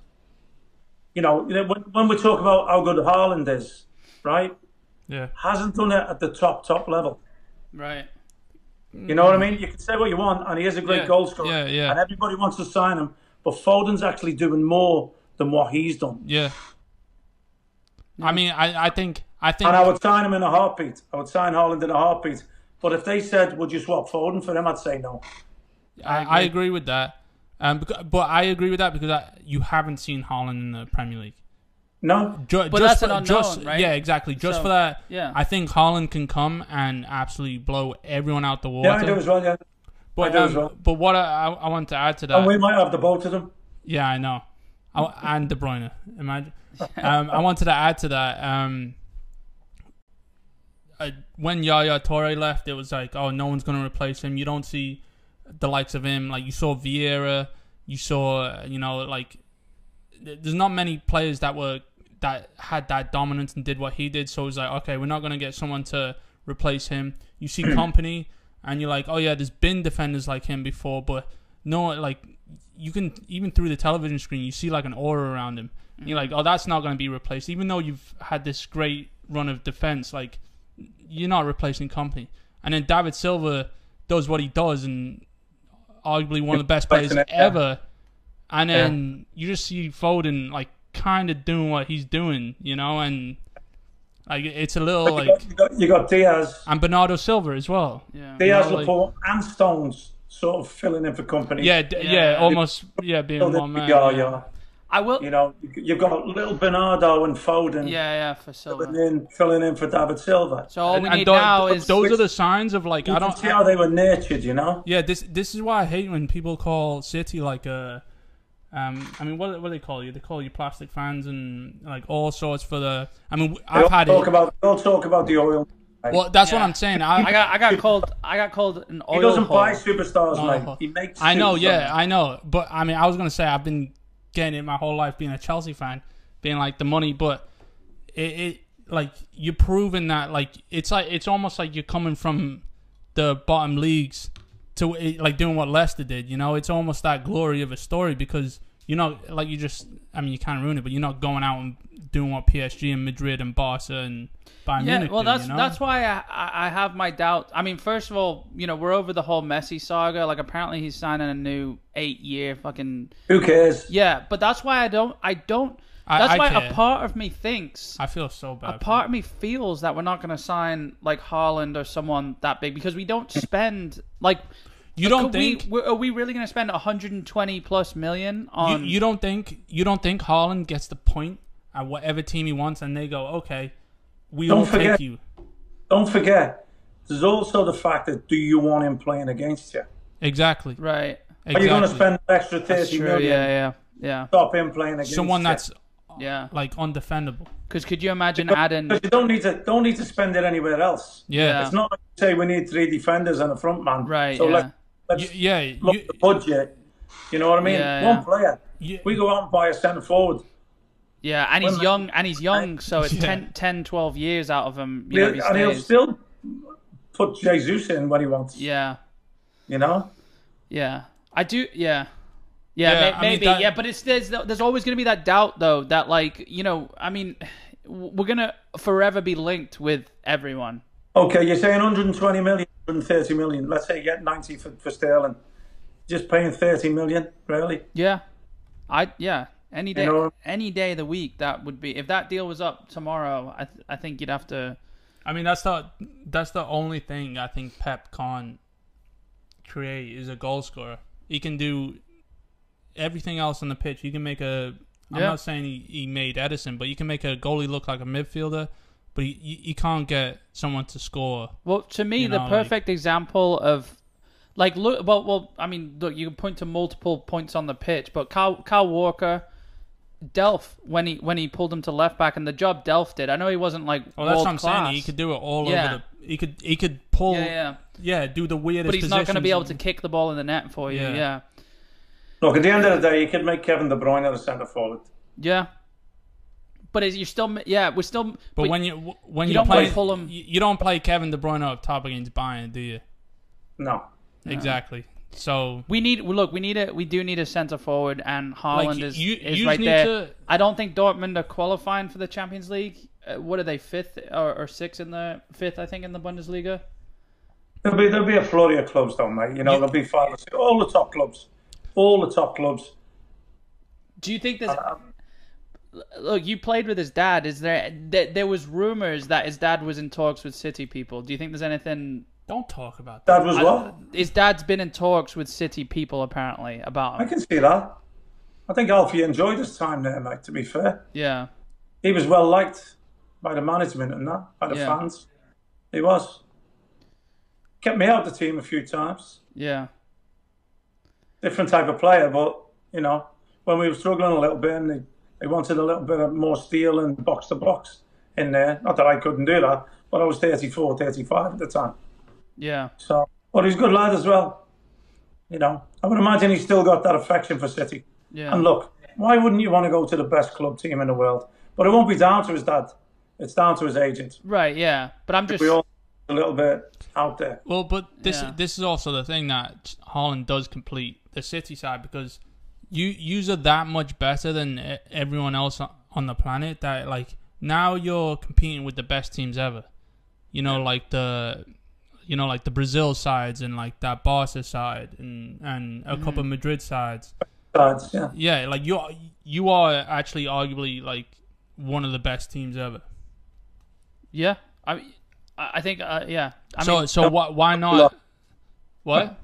You know, you know, when, when we talk about how good Haaland is, right? yeah, Hasn't done it at the top top level. right. You know what I mean? You can say what you want, and he is a great Mm. Yeah, goal scorer. yeah, yeah. And everybody wants to sign him, but Foden's actually doing more than what he's done. yeah. I mean, I, I think I think And I would sign him in a heartbeat. I would sign Haaland in a heartbeat. But if they said, "Would you swap Foden for him?" I'd say no. I, I agree with that. Um, because, but I agree with that because I, you haven't seen Haaland in the Premier League. No, Ju- But just that's an for, unknown, just, right? Yeah, exactly. Just So, for that, yeah. I think Holland can come and absolutely blow everyone out the water. yeah, I do as well. Yeah, but, do um, as well. but what I, I- I want to add to that, and we might have the both of them. yeah, I know, I, and De Bruyne. Imagine. um, I wanted to add to that. Um, I, when Yaya Torre left, it was like, oh, no one's going to replace him. You don't see the likes of him. Like you saw Vieira, you saw, you know, like th- there's not many players that were that had that dominance and did what he did. So it was like, okay, we're not going to get someone to replace him. You see company, and you're like, oh yeah, there's been defenders like him before, but no, like you can even through the television screen, you see like an aura around him. And you're Mm. like, oh, that's not going to be replaced, even though you've had this great run of defense. Like you're not replacing company. And then David Silva does what he does, and arguably one of the best players Replacing it, yeah. ever. And then you just see Foden like kind of doing what he's doing, you know, and like it's a little You like got- you, got, you got Diaz, and Bernardo Silva as well. Yeah. Diaz, know, like- Laporte, and Stones sort of filling in for company. Yeah, d- yeah, Yeah. almost yeah, being So that one man. you, are, yeah. you are. I will. You know, you've got little Bernardo and Foden yeah, yeah, for filling Silva. in, filling in for David Silva. So all And- we and need tho- now th- is those are the signs of like I you don't can see how they were nurtured. You know. Yeah, this this is why I hate when people call City like a uh, Um, I mean, what what do they call you? They call you plastic fans and like all sorts for the. I mean, I've had talk it. about don't talk about the oil. mate. well, that's what Yeah. I'm saying. I, I got I got called I got called an oil. he doesn't whore. buy superstars, Oh, mate. He makes. I know, superstars. yeah, I know. But I mean, I was gonna say I've been getting it my whole life being a Chelsea fan, being like the money, but it, it like you're proving that like it's like it's almost like you're coming from the bottom leagues to it, like doing what Leicester did. You know, it's almost that glory of a story because you're not like you just. I mean, you can't ruin it, but you're not going out and doing what PSG and Madrid and Barca and Bayern Yeah, Munich well, do, that's you know? that's why I- I I have my doubt. I mean, first of all, you know, we're over the whole Messi saga. Like, apparently, he's signing a new eight-year fucking Who cares? yeah. But that's why I don't. I don't. I- That's I why care. a part of me thinks I feel so bad. a for part of me feels that we're not going to sign like Haaland or someone that big because we don't spend like. You don't could we- think- we're- are we really going to spend 120 plus million you, on? you don't think you don't think Holland gets the point at whatever team he wants, and they go, okay, we Don't will take forget- you. Don't forget. There's also the fact that do you want him playing against you? Exactly. right. Are you going to Exactly. spend an extra thirty million That's true. Yeah, yeah, yeah, to stop him playing against someone you? that's yeah. like undefendable? Because could you imagine adding? Because you don't need to don't need to spend it anywhere else. Yeah, It's not like you say we need three defenders and a front man. Right, So yeah. let's, let's Y- yeah. look You, at the budget. You know what I mean? Yeah, One yeah. player. you- We go out and buy a centre forward. Yeah, and he's Women- young, and he's young, so it's Yeah. ten, ten, twelve 10, 12 years out of him. You know, if he He'll- and he'll stays. still put Jesus in when he wants. yeah, You know? yeah. I do, yeah. Yeah, Yeah, may- I mean, maybe, that- yeah, but it's there's there's always going to be that doubt though that like you know I mean we're gonna forever be linked with everyone. Okay, you're saying 120 million, 130 million. Let's say you get 90 for, for Sterling. Just paying 30 million, really? Yeah, I yeah any day know- any day of the week that would be if that deal was up tomorrow I th- I think you'd have to I mean, that's the that's the only thing I think Pep can create is a goal scorer. He can do everything else on the pitch. He can make a. I'm Yeah. not saying he, he made Edison, but you can make a goalie look like a midfielder. But he, he, he can't get someone to score. Well, to me, You know, the like- perfect example of like look well, well, I mean, look, you can point to multiple points on the pitch, but Kyle, Kyle Walker, Delph when he when he pulled him to left back and the job Delph did. I know he wasn't like Well, that's world what I'm class, saying. He could do it all Yeah. over the. He could he could pull. yeah, Yeah, yeah, do the weirdest. but he's not going to positions be able and- to kick the ball in the net for you. Yeah. Yeah, yeah, Look, at the end of the day, you could make Kevin De Bruyne a centre forward. But is you still yeah we're still but, But when you w- when you you, don't play, play Fulham- you, you don't play Kevin De Bruyne up top against Bayern, do you? No. Exactly. So we need well, look we need a we do need a centre forward and Haaland Like, is you- is yous right need there. to- I don't think Dortmund are qualifying for the Champions League. Uh, what are they fifth or, or sixth in the fifth? I think in the Bundesliga. There'll be, there'll be a flurry of clubs, though, mate. You know, there'll be five or six. All the top clubs. All the top clubs. Do you think this? Uh, um, Look, you played with his dad. Is there there, there was rumors that his dad was in talks with City people? Do you think there's anything? don't talk about that. That was what? His dad's been in talks with City people apparently about I him. can see that. I think Alfie enjoyed his time there, mate, to be fair. Yeah, He was well liked by the management and that, by the Yeah. fans. He was. Kept me out of the team a few times. yeah, Different type of player, but, you know, when we were struggling a little bit and they, they wanted a little bit of more steel and box to box in there. Not that I couldn't do that, but I was 34, 35 at the time. yeah. So, but he's a good lad as well. You know, I would imagine he's still got that affection for City. Yeah. And look, why wouldn't you want to go to the best club team in the world? But it won't be down to his dad. It's down to his agent. Right, yeah. But I'm just We all a little bit out there. Well, but this Yeah. this is also the thing that Haaland does complete the City side because you yous are that much better than e- everyone else o- on the planet that like now you're competing with the best teams ever. You know, like the you know like the Brazil sides and like that Barca side and and a Mm. couple of Madrid sides. Dads, yeah. Yeah, like you are you are actually arguably like one of the best teams ever. yeah. I I I think uh, yeah. I so mean, so why why not? What?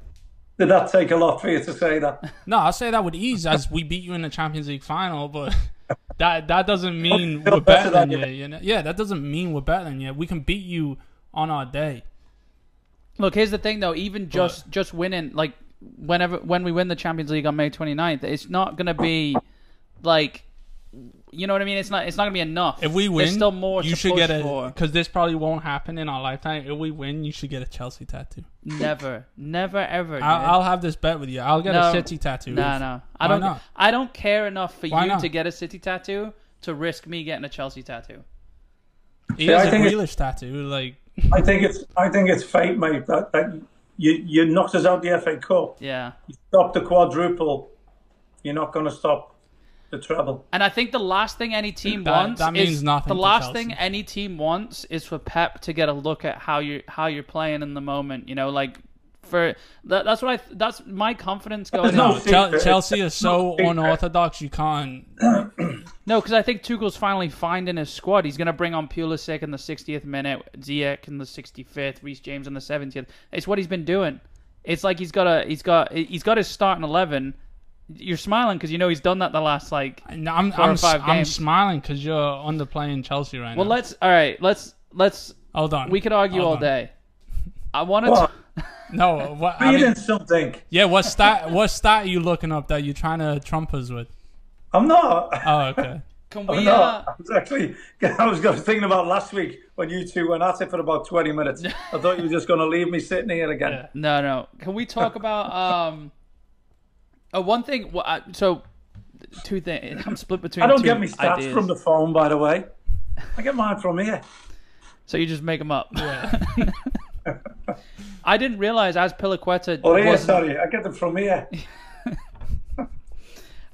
Did that take a lot for you to say that? No, I'll say that with ease as we beat you in the Champions League final, but that that doesn't mean feel we're better better than than you. you know? Yeah, that doesn't mean we're better than you. We can beat you on our day. Look, here's the thing though. Even just just winning, like whenever when we win the Champions League on May 29th, it's not going to be like you know what I mean. It's not it's not going to be enough. If we win, There's still more. you to should push get a for. because this probably won't happen in our lifetime. If we win, you should get a Chelsea tattoo. never, never, ever. dude. I'll, I'll have this bet with you. I'll get No. a City tattoo. No, if- no. Why I don't. not? I don't care enough for Why you not? to get a city tattoo to risk me getting a Chelsea tattoo. He See, has I a think it- Grealish tattoo. Like I think it's I think it's fate, mate. That, that you you knocked us out the FA Cup. Yeah. Stop the quadruple. You're not going to stop the treble. And I think the last thing any team That- wants that means is nothing the to last Chelsea. thing any team wants is for Pep to get a look at how you how you're playing in the moment. You know, like for that, that's what I that's my confidence going. No, in. see- Chel- it's Chelsea is so secret. unorthodox. You can't. No, because I think Tuchel's finally finding his squad. He's going to bring on Pulisic in the 60th minute, Ziyech in the 65th, Reece James in the 70th. It's what he's been doing. It's like he's got a he's got he's got his starting 11. You're smiling because you know he's done that the last like. No, I'm or I'm, s- five I'm games. smiling because you're underplaying Chelsea right Well, now. let's all right. Let's let's Hold on. we could argue Hold all on. day. I want Well, to. No. What, I Reading mean, something. yeah. What stat? What stat are you looking up that you're trying to trump us with? I'm not. Oh, okay. Can I'm we? Uh, not. I was actually. I was gonna- thinking about last week when you two went at it for about 20 minutes. I thought you were just going to leave me sitting here again. Yeah. No, no. Can we talk about um? Oh, one thing. Well, I, so two things. I'm split between. I don't two get my stats ideas. from the phone, by the way. I get mine from here. So you just make them up. Yeah. I didn't realize as Pilaqueta Or here, wasn't- Oh, sorry. I get them from here.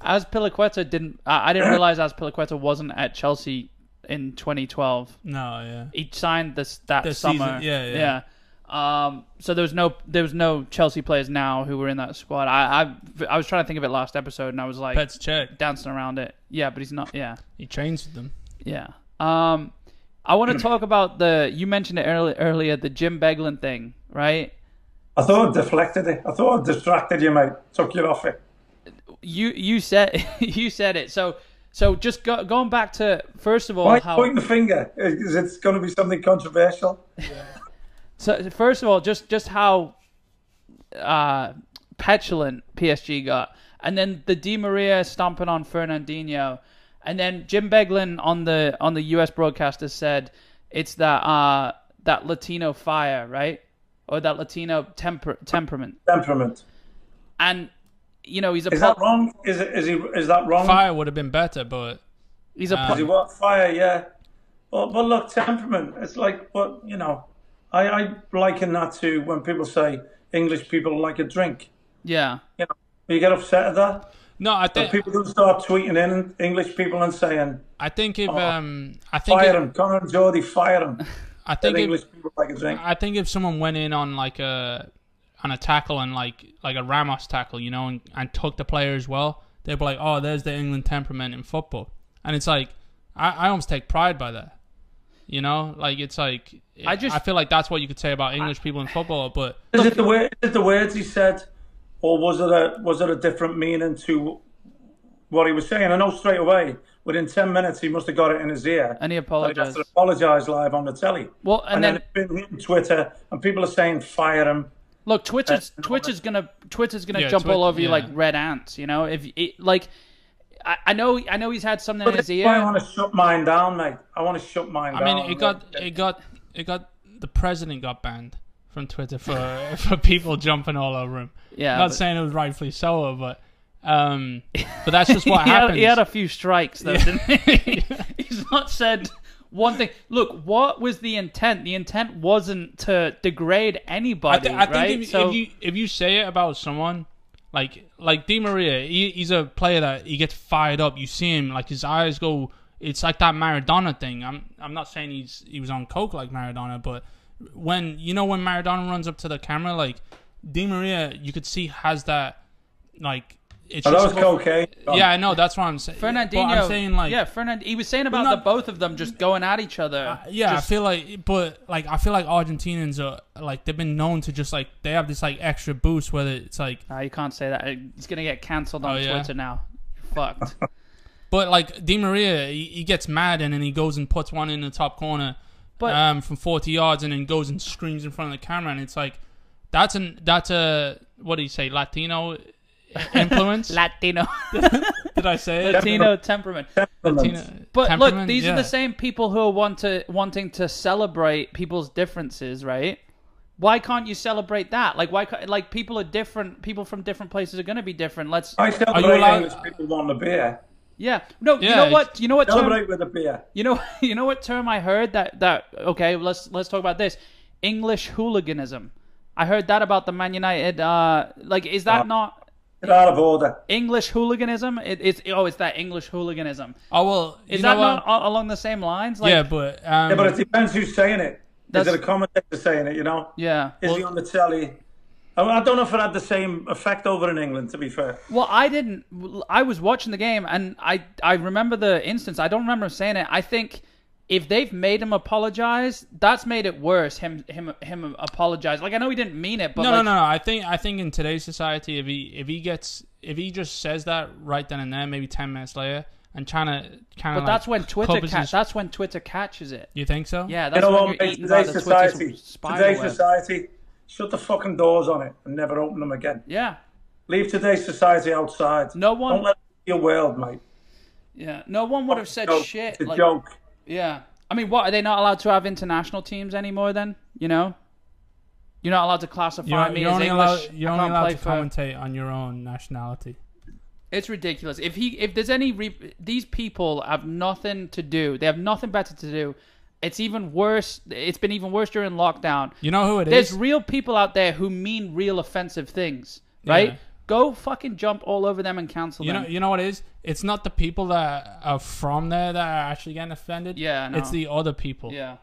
as Pilaqueta didn't. I I didn't realize as Pilaqueta wasn't at Chelsea in 2012. No. Yeah. He signed this that The season- summer. yeah, yeah. yeah. Um, so there was no there was no Chelsea players now who were in that squad. I I, I was trying to think of it last episode, and I was like Let's check. dancing around it. Yeah, but he's not. Yeah. He trains with them. Yeah. Um, I want to talk about the you mentioned it early, earlier the Jim Beglin thing, right? I thought I deflected it. I thought I distracted you, mate. Took you off it. You you said you said it. So so just go, going back to first of all Why how point the finger? Is it's going to be something controversial? so first of all just just how uh, petulant PSG got, and then the Di Maria stomping on Fernandinho, and then Jim Beglin on the on the U.S. broadcaster said it's that uh, that Latino fire, right? Or that Latino temper temperament. Temperament. and you know he's a Is that pol- wrong? Is it? Is he? Is that wrong? Fire would have been better, but he's a Is he pol- what? Fire? Yeah. But but look, temperament. It's like what you know. I I liken that to when people say English people like a drink. yeah You know, you get upset at that. no. I But think people don't start tweeting in English people and saying I think if um I think fire if, him, Connor and Jordy, fire him. I think Get if, English people like a drink. I think if someone went in on like a on a tackle and like like a Ramos tackle, you know, and, and took the player as well, they'd be like, "Oh, there's the England temperament in football," and it's like I, I almost take pride by that, you know, like it's like I I just just- I feel like that's what you could say about English people in football, but Is it the word? Is it the words he said, or was it a was it a different meaning to what he was saying? I know straight away. Within ten minutes, he must have got it in his ear. and he Like, apologized has to apologise live on the telly. well and, and, then, then, it's been hitting Twitter, and people are saying fire him. look twitter's twitter's gonna twitter's gonna Yeah, jump Twit- all over you yeah. like red ants you know if it, like I, I know i know he's had something in That's his why I ear want to shut mine down, mate. I want to shut mine I down. mean, it got it got it got the president got banned from Twitter for for people jumping all over him. yeah not but- saying it was rightfully so, but um, but that's just what he, had, happens. he had a few strikes though didn't he he's not said one thing look what was the intent the intent wasn't to degrade I, anybody thi- I think right if, so if you if you say it about someone like like Di Maria, he, he's a player that he gets fired up. You see him like his eyes go. It's like that Maradona thing. I'm I'm not saying he's he was on coke like Maradona, but when you know when Maradona runs up to the camera, like Di Maria, you could see has that like it's Oh, that was just cocaine. yeah, I know that's what I'm saying. But Fernandinho, I'm saying like yeah, Fernand. He was saying about not- Uh, the both of them just going at each other. Yeah, Just- I feel like, but like, I feel like Argentinians are like they've been known to just like they have this like extra boost whether it's like, Nah, you can't say that. It's gonna get cancelled on Oh, yeah? Twitter now. You're fucked. but like Di Maria, he, he gets mad and then he goes and puts one in the top corner, But- um, from forty yards and then goes and screams in front of the camera and it's like, That's an that's a what do you say Latino influence? Latino, Did I say it? Latino temperament. Oh, Latino But look, temperament? these are Yeah. the same people who are want to, wanting to celebrate people's differences, right? Why can't you celebrate that? Like, why? ca- Like, people are different. People from different places are going to be different. Let's, I celebrate allowed- English people on the beer. yeah. No, you Yeah, know what? You know what? Term, Celebrate with a beer. you know, you know what term I heard that that okay. Let's let's talk about this. English hooliganism. I heard that about the Man United. Uh, like, is that not Get out of order. English hooliganism? It, it's oh, it's that English hooliganism. Oh well, you Is know that what? not a- along the same lines? Like, yeah, but um, Yeah, but it depends who's saying it. Is That's- it a commentator saying it? You know, yeah. is he on the telly? I I don't know if it had the same effect over in England. To be fair, Well, I didn't. I was watching the game, and I I remember the instance. I don't remember him saying it. I think if they've made him apologize, that's made it worse. Him him him apologize. Like I know he didn't mean it, but no, like, no, no, no. I think I think in today's society, if he if he gets if he just says that right then and there, maybe ten minutes later, and trying to kind But of that's when Twitter covers ca- his- that's when Twitter catches it. you think so? Yeah, you that's know when what? you're mate? eaten by Today's the society, Twitter spider today's web. society, shut the fucking doors on it and never open them again. Yeah, Leave today's society outside. No one- Don't let it be your world, mate. yeah. No one would have said Joke. shit. Oh, It's a like- joke. Yeah. I mean, what are they not allowed to have international teams anymore? Then you know, you're not allowed to classify You're, me you're as only English. allowed, you're I only can't allowed play to for. commentate on your own nationality. It's ridiculous. If he, if there's any, re- these people have nothing to do. They have nothing better to do. It's even worse. It's been even worse during lockdown. You know who it There's is? real people out there who mean real offensive things, right? Yeah. Go fucking jump all over them and cancel You them. know, you know what it is? It's not the people that are from there that are actually getting offended. Yeah, I know. it's the other people. yeah.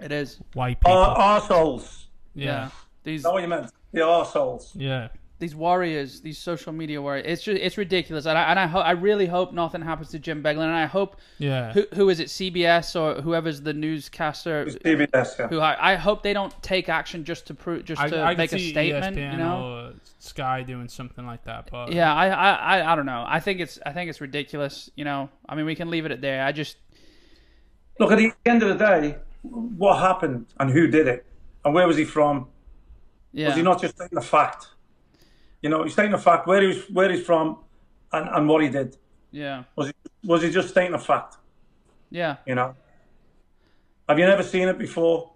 It is. white Or people. arseholes. Yeah. yeah, These Is that what you meant? The arseholes. yeah. these warriors, these social media warriors. It's just it's ridiculous. And I and I, ho- I really hope nothing happens to Jim Beglin. And I hope Yeah. who who is it CBS or whoever's the newscaster CBS, yeah. who I, I hope they don't take action just to prove just to could make a see E statement. you know. or Sky doing something like that, but Yeah, I, I, I, I don't know. I think it's I think it's ridiculous. You know, I mean, we can leave it at there. I just Look, at the end of the day, what happened and who did it? And where was he from? yeah. Was he not just stating a fact? You know, he's stating a fact where he's where he's from, and, and what he did. yeah, Was he was he just stating a fact? yeah, You know, have you never seen it before?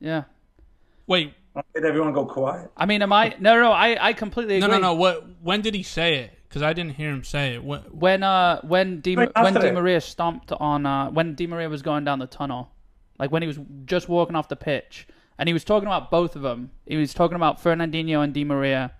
yeah. Wait, Did everyone go quiet? I mean, am I? No, no, I, I completely no, agree. no, no. What? When did he say it? Because I didn't hear him say it. When, When uh, when Di, Right when after Di it. Maria stomped on uh, when Di Maria was going down the tunnel, like when he was just walking off the pitch, and he was talking about both of them. He was talking about Fernandinho and Di Maria,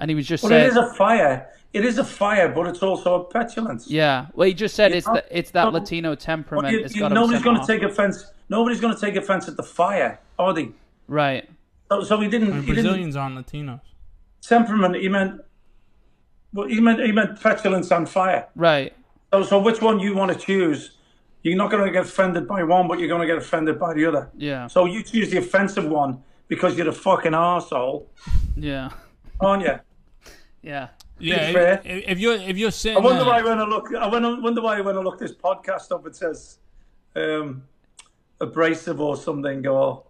and he was just But saying, it is a fire. It is a fire, but it's also a petulance. Yeah. Well, he just said it's know? the, it's that So- Latino temperament. You- it's you- got him nobody's sent going to off. take offense. Nobody's going to take offense at the fire, are they? right. So, so he didn't. He didn't Brazilians aren't Latinos. temperament. He meant. Well, he meant he meant petulance and fire. Right. So, so which one you want to choose? You're not going to get offended by one, but you're going to get offended by the other. Yeah. So you choose the offensive one because you're a fucking arsehole, Yeah. aren't you? Yeah. Yeah, fair. if, if you're if you're I sitting, wonder there, why when I look, I wonder, wonder why when I look this podcast up, it says um, abrasive or something, or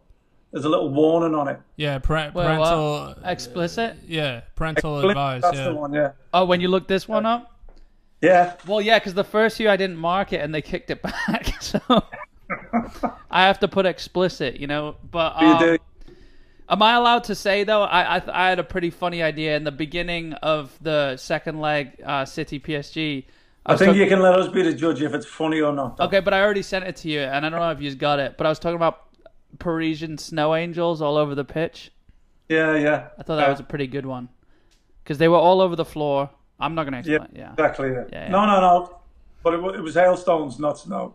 there's a little warning on it. yeah, par- Well, parental, uh, explicit. yeah, parental advice, That's the yeah, one, yeah, Oh, when you look this one up. yeah. Well, yeah, because the first few I didn't mark it and they kicked it back, so I have to put explicit, you know. But You um, do. Am I allowed to say though? I I, th- I had a pretty funny idea in the beginning of the second leg, uh, City PSG. I think you can let us be the judge if it's funny or not. Okay, but I already sent it to you, and I don't know if you've got it. But I was talking about Parisian snow angels all over the pitch. Yeah, yeah. I thought that was a pretty good one because they were all over the floor. I'm not gonna yeah, explain. Yeah, exactly. Yeah. Yeah, yeah. No, no, no. But it, wa- it was hailstones, not snow.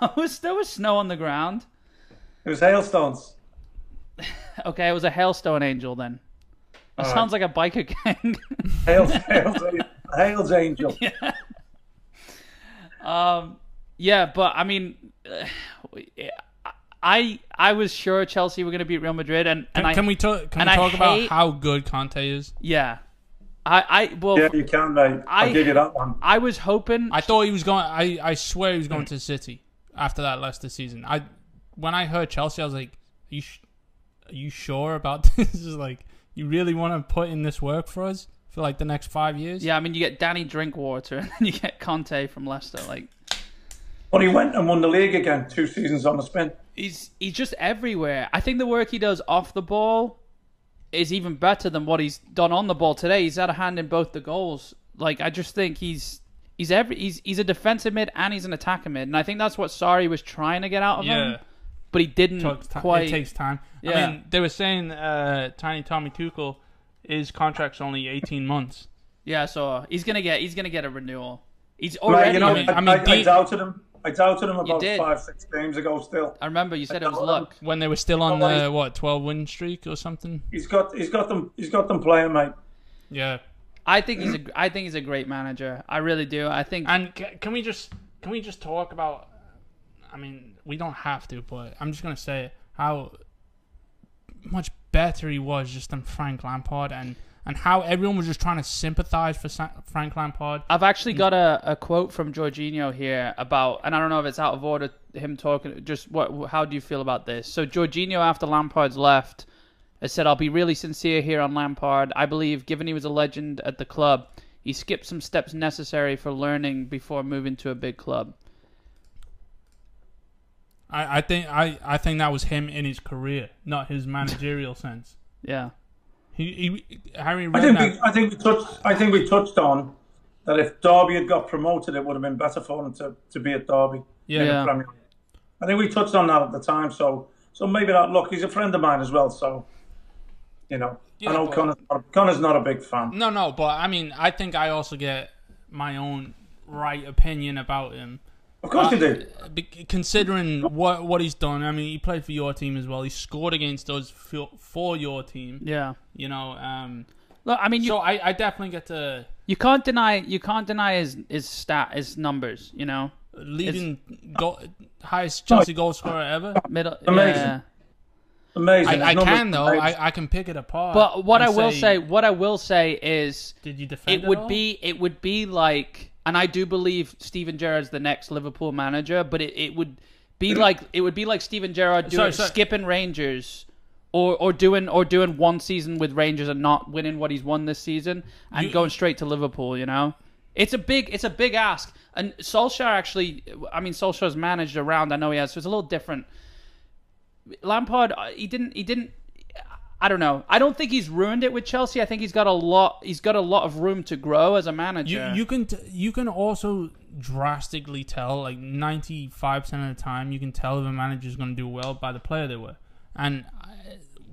There was there was snow on the ground. It was hailstones. Okay, it was a hailstone angel then. That All sounds like a biker gang. Hail, hail's, hail's angel. yeah, but I mean, I I was sure Chelsea were gonna beat Real Madrid, and and I Can we talk? Can and we I talk about hate- how good Conte is? yeah, I I well Yeah, you can, mate. I'll I- give you that one. I was hoping I thought he was going. Mm. I I swear he was going to City after that Leicester season. I when I heard Chelsea, I was like, you sh- are you sure about this? Is like you really want to put in this work for us for like the next five years? Yeah, I mean, you get Danny Drinkwater and then you get Conte from Leicester. Like, But he went and won the league again, two seasons on the spin. he's he's just everywhere. I think the work he does off the ball is even better than what he's done on the ball today. He's had a hand in both the goals. Like I just think he's he's every he's he's a defensive mid and he's an attacker mid, and I think that's what Sari was trying to get out of yeah. him, but he didn't Takes ti- quite. It takes time. Yeah. I mean, they were saying uh, Tiny Tommy Tuchel, his contract's only eighteen months. yeah, so he's gonna get he's gonna get a renewal. He's already. Right, uh, you know, I, mean- I, I mean, I, Dean- doubted him. I doubted him about did. five, six games ago. Still, Uh, I remember you said it was don't- luck. When they were still on Otherwise- the what twelve win streak or something. he's got, he's got them, he's got them playing, mate. Yeah. I think he's a I think he's a great manager. I really do. I think And c- can we just can we just talk about? I mean, we don't have to, but I'm just gonna say it, how much better he was just than Frank Lampard, and and how everyone was just trying to sympathize for Sa- Frank Lampard. I've actually got a, a quote from Jorginho here about, and I don't know if it's out of order, him talking, just what, how do you feel about this? So, Jorginho, after Lampard's left, has said, I'll be really sincere here on Lampard. I believe, given he was a legend at the club, he skipped some steps necessary for learning before moving to a big club. I, I think I, I think that was him in his career, not his managerial sense. Yeah. He, he Harry I think, Redknapp. we, I think we touched, I think we touched on that. If Derby had got promoted, it would have been better for him to, to be at Derby. Yeah, Yeah. Premier League. I think we touched on that at the time, so so maybe that. Look, he's a friend of mine as well, so you know. Yeah, I know but- Connor's not, a- Connor's not a big fan. No, no, but I mean, I think I also get my own right opinion about him. Of course you Uh, do. Be- considering what what he's done, I mean, he played for your team as well. He scored against us for, for your team. Yeah. You know, um, Look, I mean, you, so I, I definitely get to you can't deny you can't deny his his stat his numbers. You know, leading go- highest Chelsea goal scorer ever. middle. Amazing. Yeah. Amazing. I, I His numbers- can though. I, I can pick it apart. But what I and will say, what I will say is, did you defend? it would all? be it would be like and I do believe Steven Gerrard's the next Liverpool manager, but it, it would be like it would be like Steven Gerrard doing Sorry, sorry. skipping Rangers or, or doing or doing one season with Rangers and not winning what he's won this season and You- going straight to Liverpool, you know? It's a big it's a big ask. And Solskjaer actually I mean Solskjaer's managed around, I know he has, so it's a little different. Lampard uh, he didn't he didn't I don't know. I don't think he's ruined it with Chelsea. I think he's got a lot. He's got a lot of room to grow as a manager. You, you can t- you can also drastically tell like ninety five percent of the time you can tell if a manager's going to do well by the player they were, and uh,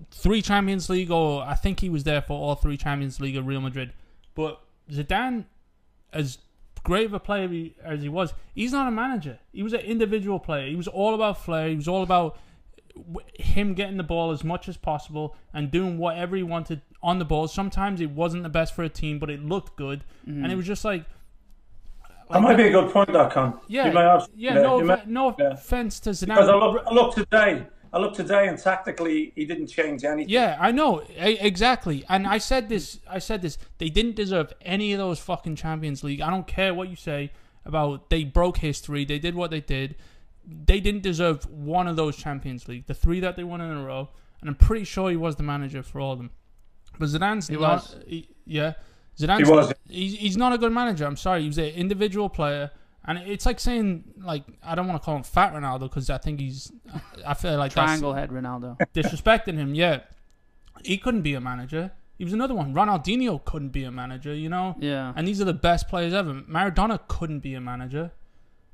three Champions League or I think he was there for all three Champions League of Real Madrid, but Zidane, as great of a player he- as he was, he's not a manager. He was an individual player. He was all about flair. He was all about w- him getting the ball as much as possible and doing whatever he wanted on the ball. Sometimes it wasn't the best for a team, but it looked good, and it was just like, That might be a good point, that Con. yeah, You may have- yeah, you no, may- offe- no yeah. offense to Because I Zidane. look, I look today. I look today, and tactically, he didn't change anything. Yeah, I know e- exactly, and I said this. I said this. They didn't deserve any of those fucking Champions League. I don't care what you say about they broke history. They did what they did. They didn't deserve one of those Champions League. The three that they won in a row, and I'm pretty sure he was the manager for all of them. But Zidane's not. was. he- yeah, Zidane's. He was. He's, he's not a good manager. I'm sorry. He was an individual player. And it's like saying, like, I don't want to call him Fat Ronaldo because I think he's, I feel like that's triangle head Ronaldo. disrespecting him. Yeah, he couldn't be a manager. He was another one. Ronaldinho couldn't be a manager, you know. Yeah. And these are the best players ever. Maradona couldn't be a manager.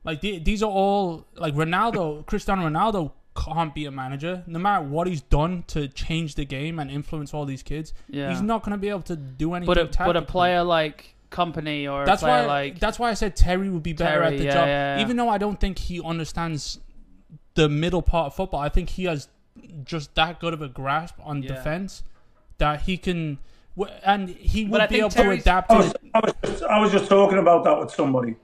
Like the- these are all like Ronaldo, Cristiano Ronaldo can't be a manager. No matter what he's done to change the game and influence all these kids, Yeah. he's not going to be able to do anything. but a but a tactically. player like Company or That's a player why. like that's why I said Terry would be better Terry, at the yeah, job, yeah, yeah. even though I don't think he understands the middle part of football. I think he has just that good of a grasp on Yeah. defense that he can, w- and he I would be think able Terry's- Oh, to adapt. I To was, it. I was just, I was just talking about that with somebody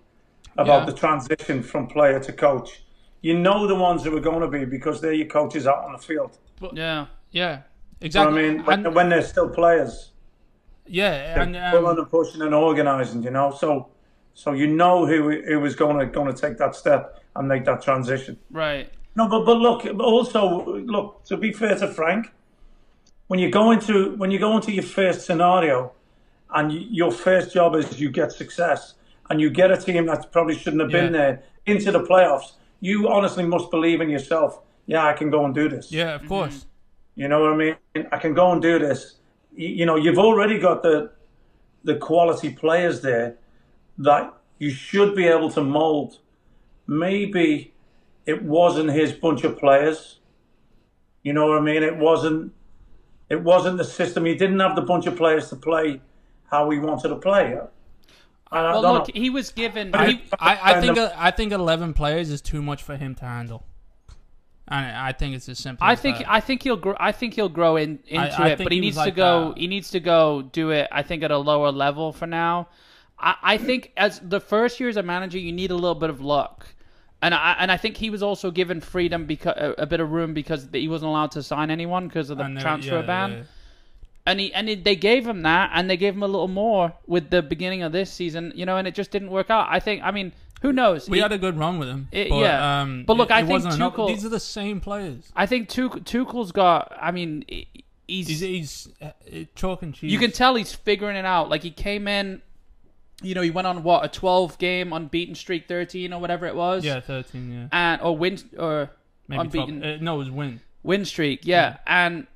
about Yeah. the transition from player to coach. You know the ones who are going to be because they're your coaches out on the field. yeah. You Yeah, know exactly. what I mean, when, And- when they're still players, yeah, and um, pulling and pushing and organising. You know, so so you know who who was going to going to take that step and make that transition. Right. No, but but look, but also look. To be fair to Frank, when you go into when you go into your first scenario, and y your first job is you get success, and you get a team that probably shouldn't have been Yeah. there into the playoffs. You honestly must believe in yourself. Yeah, I can go and do this. Yeah, of Mm-hmm. course. You know what I mean? I can go and do this. You, you know, you've already got the the quality players there that you should be able to mold. Maybe it wasn't his bunch of players. You know what I mean? It wasn't it wasn't the system. He didn't have the bunch of players to play how he wanted to play. And I Well, don't look, know. he was given. I, He, I, I think I think eleven players is too much for him to handle, and I think it's as simple. I as think that. I think he'll grow. I think he'll grow in, into I it, think but he, he was needs to like go. that. He needs to go do it. I think at a lower level for now. I, I think as the first year as a manager, you need a little bit of luck, and I and I think he was also given freedom because a, a bit of room because he wasn't allowed to sign anyone because of the And then- transfer yeah, ban. yeah. And he and he, they gave him that, and they gave him a little more with the beginning of this season, you know, and it just didn't work out. I think. I mean, who knows? We He- had a good run with him. It- but, yeah. um, But look, it- I it think wasn't enough. Tuchel- These are the same players. I think Tuch- Tuchel's got. I mean, e-, he- He's, he's uh, chalk and cheese. you can tell he's figuring it out. Like he came in, you know, he went on what a twelve game unbeaten streak, thirteen or whatever it was, yeah, thirteen. Yeah, and or win or maybe unbeaten twelve. Uh, no, it was win. win streak, yeah, and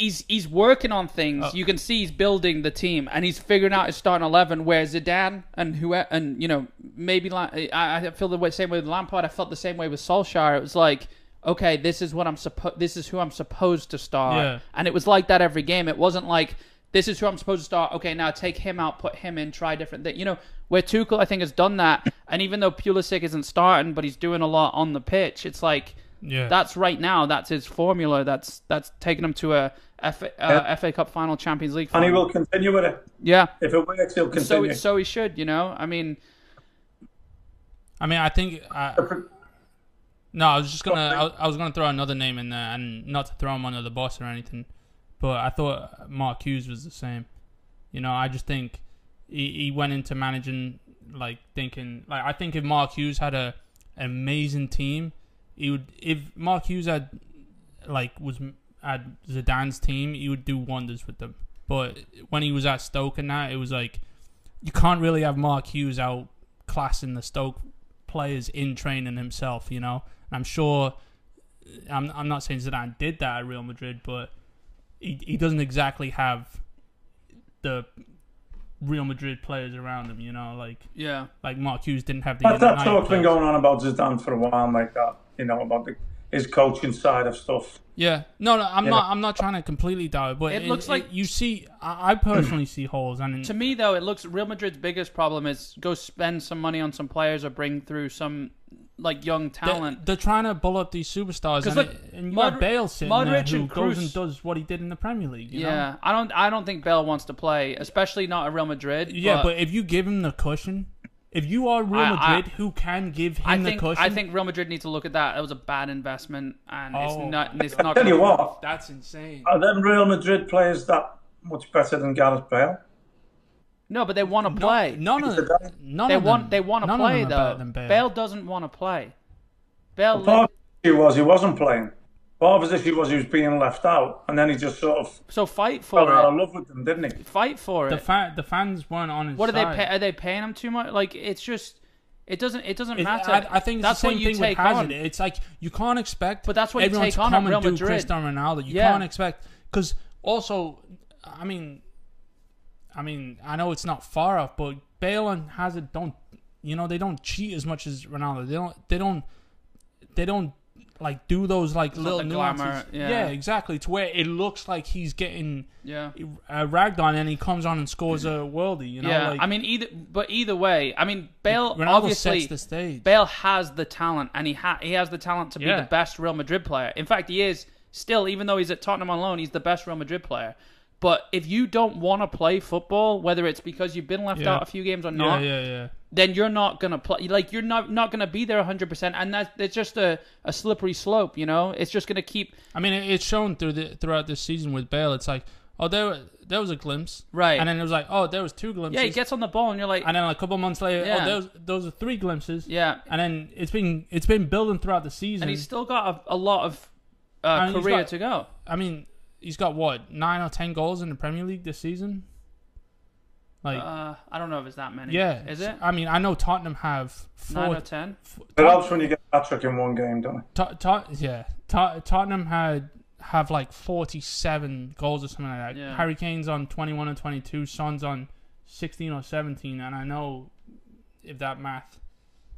he's he's working on things. You can see he's building the team and he's figuring out his starting eleven. Where Zidane and who and you know maybe Lam- I, I feel the way, same way with Lampard. I felt the same way with Solskjaer. It was like. Okay, this is what I'm supposed. This is who I'm supposed to start, Yeah. and it was like that every game. It wasn't like this is who I'm supposed to start. Okay, now take him out, put him in, try different things. You know, where Tuchel I think has done that, and even though Pulisic isn't starting, but he's doing a lot on the pitch. It's like Yeah, that's right now. That's his formula. That's that's taken him to a FA, uh, FA Cup final, Champions League and final. he will continue with it. yeah. If it works, he'll So continue. it- so he should. You know. I mean, I mean, I think. I, no, I was just gonna. I, was- I was gonna throw another name in there, and not to throw him under the bus or anything, but I thought Mark Hughes was the same. You know, I just think he, he went into managing like thinking like I think if Mark Hughes had a an amazing team, he would. If Mark Hughes had like was at Zidane's team, he would do wonders with them. But when he was at Stoke and that, it was like you can't really have Mark Hughes out classing the Stoke players in training himself, you know. And I'm sure I'm I'm not saying Zidane did that at Real Madrid, but he he doesn't exactly have the Real Madrid players around him, you know, like yeah. like Mark Hughes didn't have the That, that United talk's been players. going on about Zidane for a while, like that. You know about the, his coaching side of stuff. Yeah, no, no, I'm not. I'm not trying to completely doubt it, but It looks like- you see. I, I personally see holes, and To me though, it looks Real Madrid's biggest problem is go spend some money on some players or bring through some like young they're, talent. they're trying to bull up these superstars, 'Cause and, look, it- and you Modri- have Bale sitting Modric there who and goes Kroos- and does what he did in the Premier League. You know? yeah, I don't. I don't think Bale wants to play, especially not at Real Madrid. Yeah, but, if you give him the cushion, if you are Real I- I- Madrid, who can give him I the think cushion? I think Real Madrid needs to look at that. That was a bad investment, and Oh. it's not. It's not. Tell you gonna- what, that's insane. are them Real Madrid players that much better than Gareth Bale? No, but they want to play. None of none They of want them- they want to none of play them are though. better than Bale. Bale. doesn't want to play. Bale Part of the issue was he wasn't playing. Part of his issue was he was being left out, and then he just sort of so fight for fell out of it. love with them, didn't he? Fight for the it. fa- the fans weren't on his What are they side. pay- are they paying him too much? Like it's just it doesn't it doesn't It- matter. I, I think it's that's the same what you thing take with Hazard. on. It's like you can't expect, But that's what you everyone take to on at come and Real do Madrid. Cristiano Ronaldo. You Yeah. can't expect because also, I mean, I mean, I know it's not far off, but Bale and Hazard don't, you know, they don't cheat as much as Ronaldo. They don't, they don't, they don't like do those like little the nuances. glamour, yeah. exactly. To where it looks like he's getting Yeah. uh, ragged on, and he comes on and scores a worldie. You know, Yeah. like, I mean either but either way, I mean Bale Ronaldo obviously sets the stage. Bale has the talent and he ha- he has the talent to be Yeah. the best Real Madrid player. In fact, he is still even though he's at Tottenham on loan, he's the best Real Madrid player. But if you don't want to play football, whether it's because you've been left Yeah. out a few games or yeah, not, yeah, yeah. then you're not gonna play. Like you're not not gonna be there 100, percent and that's it's just a, a slippery slope. You know, it's just gonna keep. I mean, it, it's shown through the throughout this season with Bale. It's like, oh, they were there was a glimpse, Right. And then it was like, oh, there was two glimpses. yeah, he gets on the ball, and you're like, and then a couple months later, Yeah. oh, those those are three glimpses. yeah. And then it's been it's been building throughout the season. And he's still got a, a lot of uh, And he's career got- to go. I mean, he's got what nine or ten goals in the Premier League this season. Like, Uh, I don't know if it's that many. yeah, Is it? I mean, I know Tottenham have Nine four. or ten? It helps when you get a hat trick in one game, don't it? Tot- Tot- yeah, Tot- Tottenham had have like forty-seven goals or something like that. Yeah. Harry Kane's on twenty-one or twenty-two. Son's on sixteen or seventeen. And I know if that math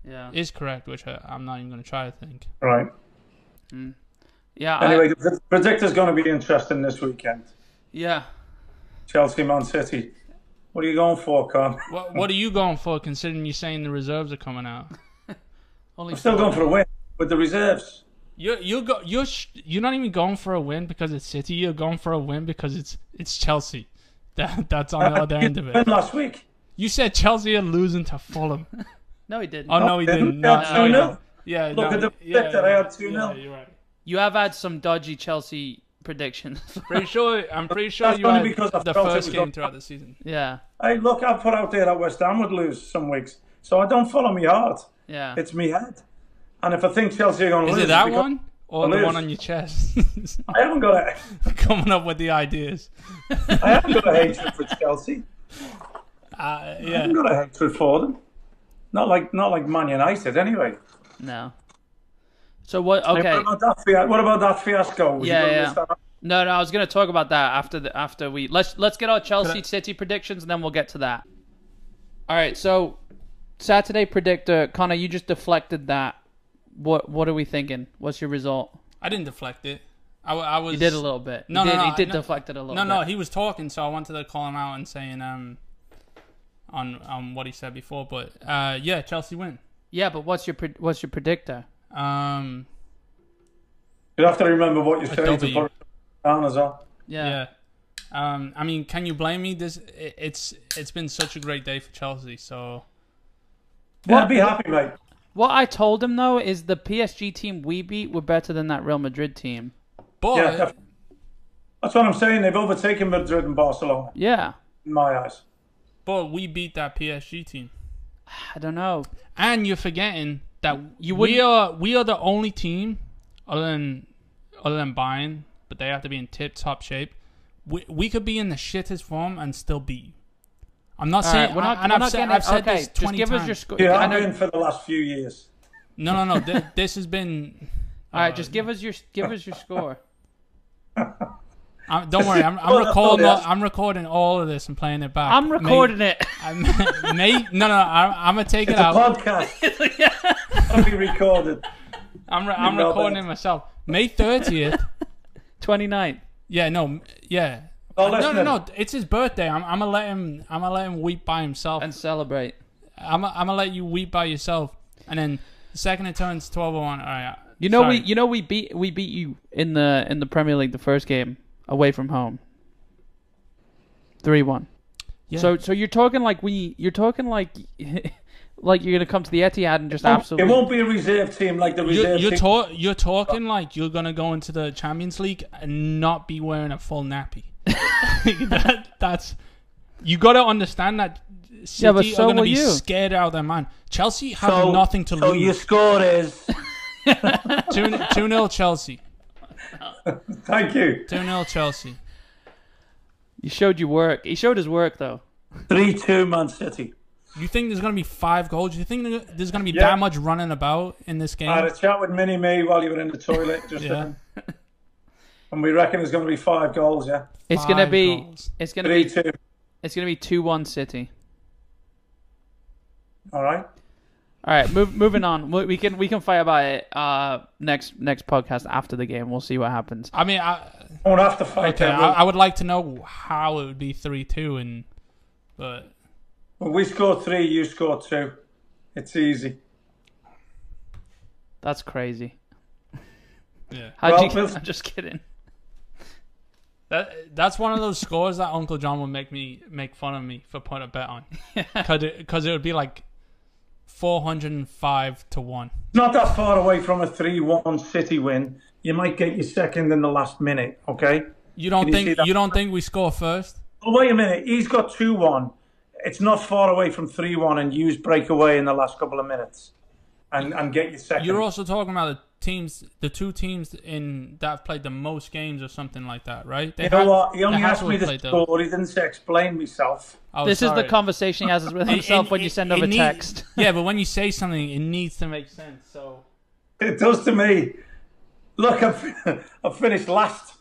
Yeah. is correct, which I, I'm not even going to try to think. Right. Uh, Yeah. I- Anyway, the predictor's going to be interesting this weekend. yeah. Chelsea, Man City. What are you going for, Con? What What are you going for? Considering you're saying the reserves are coming out, Only Still going for a win with the reserves. you're you go you're sh- you're not even going for a win because it's City. You're going for a win because it's it's Chelsea. That that's on the other end of Win it. last week. You said Chelsea are losing to Fulham. No, he didn't. Oh no, he didn't. didn't. No, Yeah, 2-0. no, he didn't. Yeah, Look no, at the yeah, fact that I had yeah, 2-0. Yeah, you're right. You have had some dodgy Chelsea predictions. Pretty sure. I'm pretty sure That's you only had because I the felt it first was game on- throughout the season. yeah. Hey, look, I put out there that West Ham would lose some weeks, so I don't follow my heart. Yeah. It's me head. And if I think Chelsea are going to Is lose, it that because one or the Liz. one on your chest? I haven't got a, Coming up with the ideas. I haven't got a hatred for Chelsea. Uh, I yeah. haven't got a hatred for them. Not like not like Man United, anyway. no. So what? Okay. What about that? Fia- what about that fiasco? Was you Yeah, gonna yeah. miss that? No, no. I was going to talk about that after the after we let's let's get our Chelsea City predictions and then we'll get to that. All right. So Saturday predictor Connor, you just deflected that. What what are we thinking? What's your result? I didn't deflect it. I, wa- I was. He did a little bit. No, he no, did, no, he did no. deflect it a little. No, bit. no, he was talking, so I wanted to call him out and saying um, on on what he said before. But uh, yeah, Chelsea win. Yeah, but what's your pre- what's your predictor? Um, You have to remember what you said to W. put it down as well. Yeah. yeah. Um, I mean, can you blame me? This it, it's it's been such a great day for Chelsea. So Yeah, be happy, mate. What I told him though is the PSG team we beat were better than that Real Madrid team. but Yeah, def- that's what I'm saying. They've overtaken Madrid and Barcelona Yeah. in my eyes. but we beat that PSG team, I don't know. and you're forgetting that You we wouldn't- are we are the only team other than other than Bayern, but they have to be in tip top shape. We, we could be in the shittest form and still beat you. I'm not All saying right, we're not, and we're I've not said, getting I've said okay, this just 20 give times. us your score. Yeah, I I've know- been for the last few years. No, no, no. Th- this has been. All right, just give us your give us your score. I'm, don't worry. I'm, Well, I'm that's recording. all it is. I'm recording all of this and playing it back. I'm recording it. it. Nate, no, no. I'm, I'm gonna take it It's a out. podcast. It'll be recorded. I'm, re- I'm know recording that. it myself. May 30th. 29th. yeah, no, m- yeah. Oh, No, listen. no, no. It's his birthday. I'm, I'm gonna let him. I'm gonna let him weep by himself. And celebrate. I'm, I'm gonna let you weep by yourself. And then the second it turns 12:01. All right. You know sorry. we you know we beat we beat you in the in the Premier League the first game away from home. 3-1. Yeah. So so you're talking like we you're talking like like you're going to come to the Etihad and just It absolutely won't be a reserve team like the You're, reserve you're, team. ta- you're talking like you're gonna go into the Champions League and not be wearing a full nappy. that, that's you got to understand that City Yeah, but so are gonna will be you. scared out of their mind. Chelsea have nothing to so your lose. score is. Two 2 0 Chelsea. Thank you. Two 0 Chelsea. You showed your work. He showed his work though. 3 2 Man City. You think there's gonna be five goals? You think there- there's gonna be Yeah. Uh, that much running about in this game? I had a chat with Mini Me while you were in the toilet just Yeah. then. And we reckon there's going to be five goals, yeah? It's going to Five be goals. it's going to 3 be 2. it's going to be 2-1 City. All right. All right, move, moving on. We we can we can fight about it uh, next next podcast after the game. We'll see what happens. I mean, I, I won't have to fight okay, that. I, I would like to know how it would be three two and but When we score three, you score two. It's easy. That's crazy. yeah. How'd Well, you, we'll- I'm just kidding. That that's one of those scores that Uncle John would make me make fun of me for putting a bet on, because it, 'cause it would be like four hundred and five to one. Not that far away from a 3 1 City win. You might get your second in the last minute, okay? You don't Did you see think that? you don't think we score first? Oh, wait a minute. He's got 2 1. It's not far away from 3 1, and use break away in the last couple of minutes and, and get your second. You're also talking about the teams, the two teams in that have played the most games or something like that, right? They you know have- what? He they only have asked to me have the played those. score. He didn't say explain myself. Oh, this is sorry. the conversation he has with It- himself it- when you it- send it over need- text. yeah, but when you say something, it needs to make sense. So It does to me. Look, I've, I've finished last.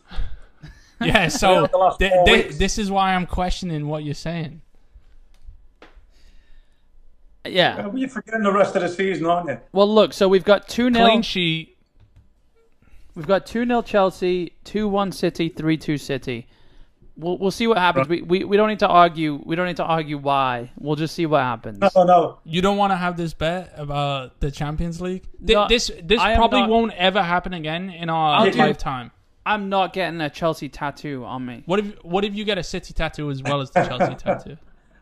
yeah, so The last thi- four thi- weeks. this is why I'm questioning what you're saying. Yeah. You're forgetting the rest of the season, aren't you? Well, look. So we've got two Clean nil. sheet. We've got two 0 Chelsea, two one City, three two City. We'll we'll see what happens. We, we we don't need to argue. We don't need to argue why. We'll just see what happens. Oh, no. You don't want to have this bet about the Champions League. Thi- No, this this I am probably not- won't ever happen again in our I'll do- lifetime. I'm not getting a Chelsea tattoo on me. What if what if you get a City tattoo as well as the Chelsea tattoo?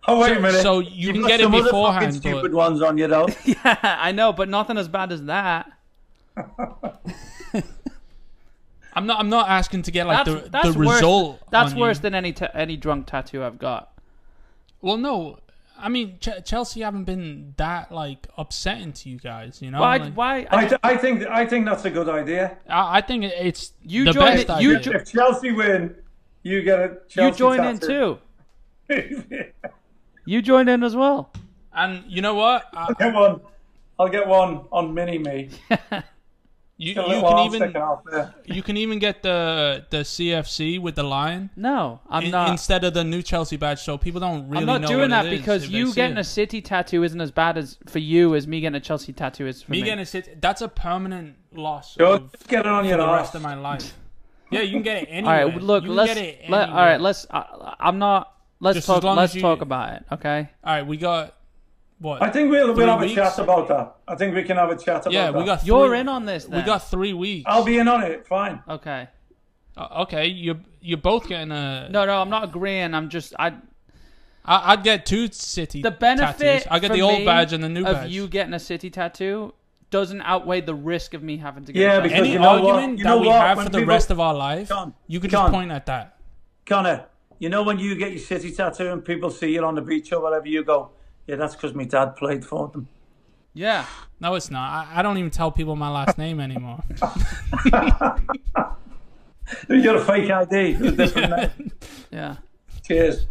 Oh, wait So- a minute. so you You've can got get it some other fucking beforehand, but- stupid ones on you, though. yeah, I know, but nothing as bad as that. I'm not I'm not asking to get like That's the that's the worse. result. that's on worse you. than any ta- any drunk tattoo I've got. Well, no, I mean Ch- Chelsea haven't been that like upsetting to you guys. You know, Why? Like, why? I, I, th- I think I think that's a good idea. I, I think it- it's You the join best it- you idea. jo- If Chelsea win, you get a you Chelsea join in tattoo. too. too. You join in as well. and you know what? I, get one. I'll get one on mini me. you you A little arm can even sticking out there. you can even get the the CFC with the lion No, I'm in- not. instead of the new Chelsea badge, so people don't really. I'm not know doing what it that is because if they you see getting it. a city tattoo isn't as bad as for you as me getting a Chelsea tattoo is for me. me getting a sit. That's a permanent loss. Go of, get it on for your the arse. rest of my life. Yeah, you can get it all anywhere. right, look, you can let's get it let, all anywhere. right, let's. I, I'm not. Let's Just as talk. long Let's as you- talk about it. Okay. All right, we got what? I think we'll, Three we'll have a weeks? chat about that. I think we can have a chat about yeah, that. we got. Three, You're in on this. Then. We got three weeks. I'll be in on it. Fine. Okay. Uh, okay, you're you're both getting a. No, no, I'm not agreeing. I'm just. I I, I'd get two city. the benefit. Tattoos. I get for the old me badge and the new of badge. you getting a city tattoo doesn't outweigh the risk of me having to get. Yeah, a tattoo. because- Any you know what? argument You that know we what? have When for the people- rest of our life, John, you can John. just point at that. Connor, you know when you get your city tattoo and people see you on the beach or whatever, you go, yeah, that's because my dad played for them. yeah. No, it's not. I, I don't even tell people my last name anymore. You're a fake ID. You're a different name. Yeah. Cheers.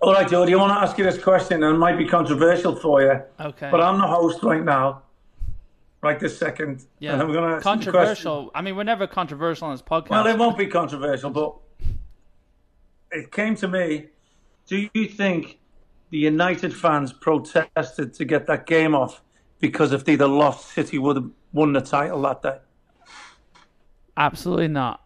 All right, Geordie, I want to ask you this question, and it might be controversial for you, Okay. but I'm the host right now, right this second. yeah. and I'm going to ask you the question. controversial. I mean, we're never controversial on this podcast. Well, it won't be controversial, but it came to me. Do you think the United fans protested to get that game off because if they'd have lost, City would have won the title that day? Absolutely not.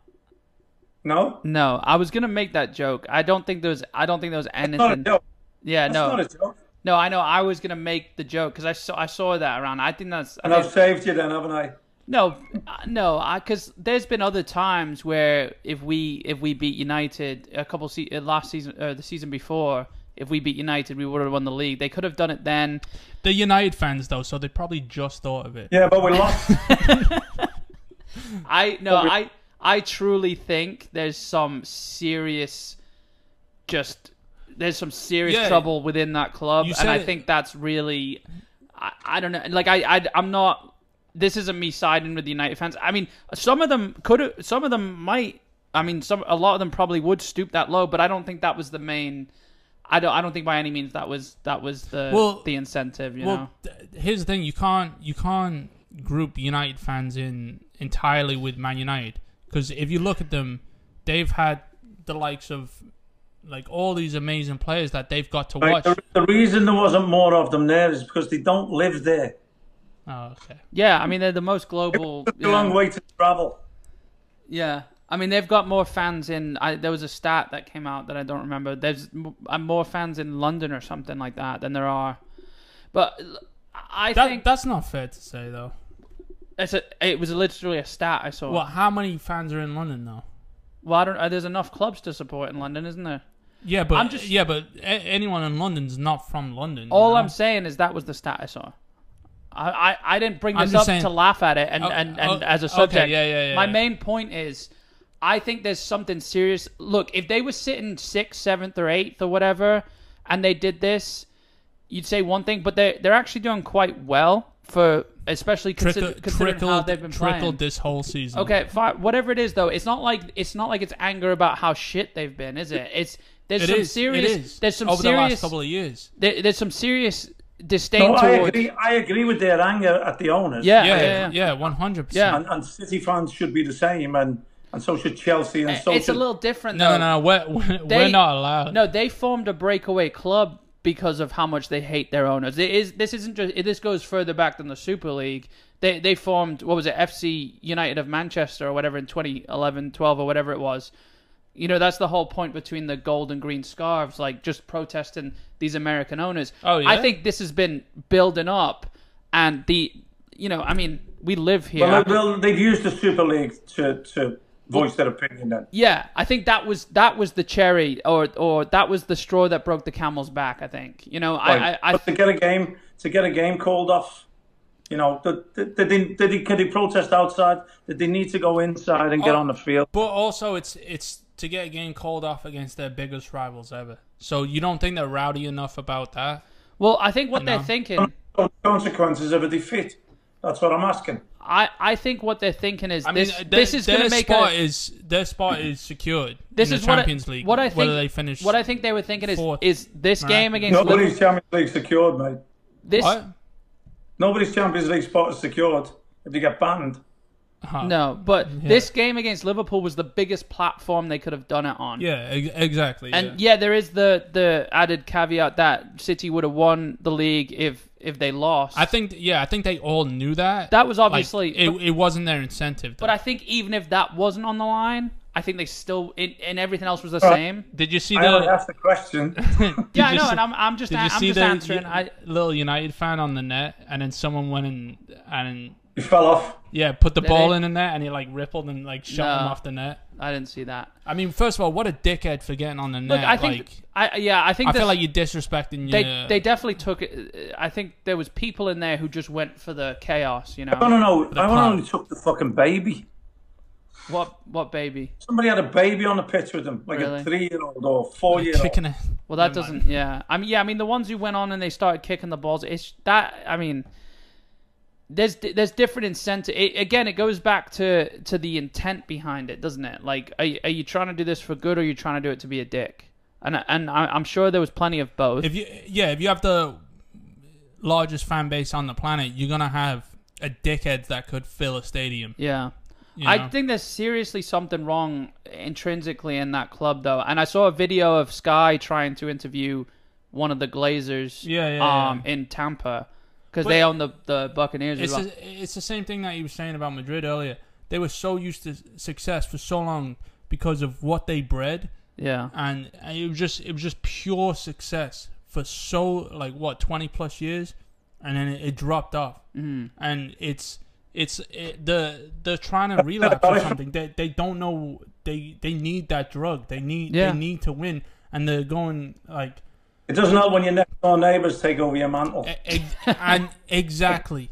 No, No, I was gonna make that joke. I don't think there was. I don't think there was anything. not a joke. Yeah, That's no, not a joke. no. I know. I was gonna make the joke because I saw I saw that around. I think that's. I And I've think- saved you then, haven't I? no, uh, no. I because there's been other times where if we if we beat United a couple se- uh, last season or the season before, if we beat United, we would have won the league. They could have done it then. the United fans, though, so they probably just thought of it. Yeah, but we lost. I no, I I truly think there's some serious, just there's some serious Yeah. trouble within that club, You and I said it. think that's really, I, I don't know, like I, I I'm not. This isn't me siding with the United fans. I mean, some of them could, some of them might. I mean, some a lot of them probably would stoop that low, but I don't think that was the main. I don't. I don't think by any means that was that was the Well- the incentive. You know. Well, th- here's the thing: you can't you can't group United fans in entirely with Man United because if you look at them, they've had the likes of like all these amazing players that they've got to Right, watch. the, the reason there wasn't more of them there is because they don't live there. Oh, okay. Yeah, I mean they're the most global. It's a you long know. way to travel. Yeah, I mean they've got more fans in. I, there was a stat that came out that I don't remember. There's m- uh, more fans in London or something like that than there are. But l- I That, think that's not fair to say though. it's a, it was literally a stat I saw. Well, how many fans are in London though? Well, I don't. Uh, there's enough clubs to support in London, isn't there? Yeah, but I'm just- yeah, but a- anyone in London's not from London. All you know? I'm saying is that was the stat I saw. I, I, I didn't bring I'm this just up saying- to laugh at it and, Oh, and, oh, and as okay, a subject. yeah, yeah, yeah, My yeah. main point is I think there's something serious. Look, if they were sitting sixth, seventh, or eighth, or whatever, and they did this, you'd say one thing, but they they're actually doing quite well for, especially consider, Trickle, considering how trickled, they've been playing. trickled this whole season. Okay, fine. Whatever it is, though, it's not like it's not like it's anger about how shit they've been, is it? It's there's It some is, serious. It is. There's some over serious. the last couple of years. there- there's some serious disdain No, Oh, I towards. agree. I agree with their anger at the owners. Yeah, yeah, Yeah, yeah. yeah, one hundred Yeah. percent. and, and City fans should be the same, and and so should Chelsea, and so Eh, It's a should little different. No, though. no, no. We're we're, we're They- not allowed. No, they formed a breakaway club because of how much they hate their owners. It is this isn't just this goes further back than the Super League. They they formed what was it FC United of Manchester or whatever in 2011, 12 or whatever it was. You know that's the whole point between the gold and green scarves, like just protesting these American owners. Oh, yeah? I think this has been building up, and the you know I mean we live here. Well, well, they've used the Super League to, to voice their opinion then. Yeah, I think that was that was the cherry, or or that was the straw that broke the camel's back. I think you know, I I, I but to get a game to get a game called off, you know, did, did, did they, did they, could they protest outside? Did they need to go inside and get Oh. on the field? But also, it's it's to get a game called off against their biggest rivals ever. So you don't think they're rowdy enough about that? well, I think what they're know. thinking, So the consequences of a defeat. That's what I'm asking. I I think what they're thinking is I this mean, uh, their, this is going their to make spot a, is their spot is secured this in is the what I- Champions League. What I think, whether they finish what I think they were thinking is fourth. is this Nah. game against Liverpool, Nobody's Champions League secured, mate. this What? Nobody's Champions League spot is secured if they get banned. Huh. no, but this game against Liverpool was the biggest platform they could have done it on. Yeah, ex- exactly. And yeah. yeah, there is the the added caveat that City would have won the league if if they lost. I think yeah, I think they all knew that. That was Like, obviously- it, it wasn't their incentive. Though. But I think even if that wasn't on the line, I think they still it, and everything else was the Right. same. did you see I only the asked the question. Yeah, I you know, see- and I'm I'm just did you I'm see just the answering. I little United fan on the net, and then someone went and and He fell off. yeah, put the Did ball he? in the net, and he like rippled and like shot No. him off the net. I didn't see that. I mean, first of all, what a dickhead for getting on the net. Look, I think like, I yeah, I think I feel this- like you're disrespecting they your. they definitely took it. I think there was people in there who just went for the chaos. You I know don't know. I club. only took the fucking baby. what what baby? Somebody had a baby on the pitch with them, like Really? a three-year-old or four-year-old. kicking it. Well, that Never mind. doesn't. Yeah, I mean, yeah, I mean, the ones who went on and they started kicking the balls. It's that. I mean, there's there's different incentive. It, again, it goes back to to the intent behind it, doesn't it? Like, are you, are you trying to do this for good or are you trying to do it to be a dick? And I- and I, I'm sure there was plenty of both. If you yeah, if you have the largest fan base on the planet, you're gonna have a dickhead that could fill a stadium. yeah. you I know? think there's seriously something wrong intrinsically in that club, though. And I saw a video of Sky trying to interview one of the Glazers, Yeah, yeah, um, in Tampa, because they own the the Buccaneers. as It's well. the- it's the same thing that you were saying about Madrid earlier. They were so used to success for so long because of what they bred, yeah, and it was just it was just pure success for so like what twenty plus years, and then it, it dropped off. Mm. And it's it's it, the they're trying to relapse or something. They they don't know they they need that drug. They need Yeah. they need to win, and they're going like It doesn't help when your next door neighbours take over your mantle. E- and exactly,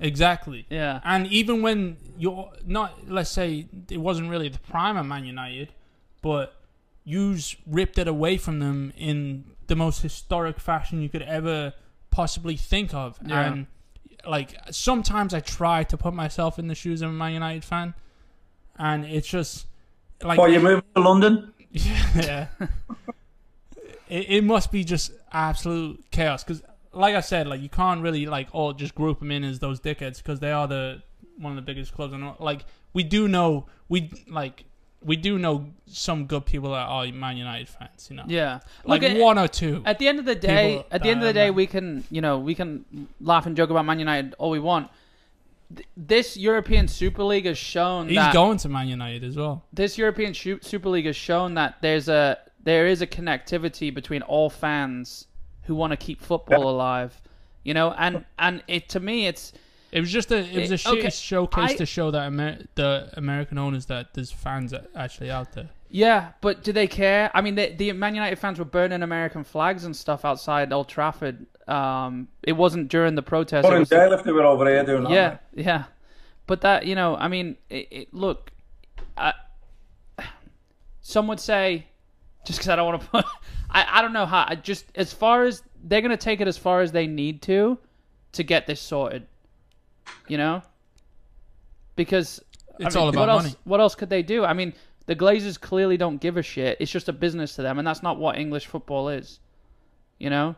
exactly. Yeah. And even when you're not, let's say it wasn't really the prime of Man United, but you's ripped it away from them in the most historic fashion you could ever possibly think of. Yeah. And like sometimes I try to put myself in the shoes of a Man United fan, and it's just like Well, you move to London. yeah. it, it must be just absolute chaos because, like I said, like you can't really like all just group them in as those dickheads because they are the one of the biggest clubs. And like we do know we like we do know some good people that are Man United fans, you know, yeah. like Look, at- one or two. At the end of the day, People- at the end of uh, the day, man. we can you know we can laugh and joke about Man United all we want. Th- This European Super League has shown He's that going to Man United as well. this European Shu- Super League has shown that there's a there is a connectivity between all fans who want to keep football alive, you know, and and it to me it's It was just a it was a It- shitty Eh, okay, showcase I- to show that Amer- the American owners that there's fans a- actually out there. yeah, but do they care? I mean, the, the Man United fans were burning American flags and stuff outside Old Trafford. Um, it wasn't during the protest. it Or in was- jail if they were over here doing that. Yeah, yeah. But that, you know, I mean, it, it, look, I, some would say, just because I don't want to put, I, I don't know how. I just as far as they're gonna take it as far as they need to, to get this sorted. You know, because It's I mean, all about what money. Else, what else could they do? I mean, the Glazers clearly don't give a shit. It's just a business to them, and that's not what English football is. You know,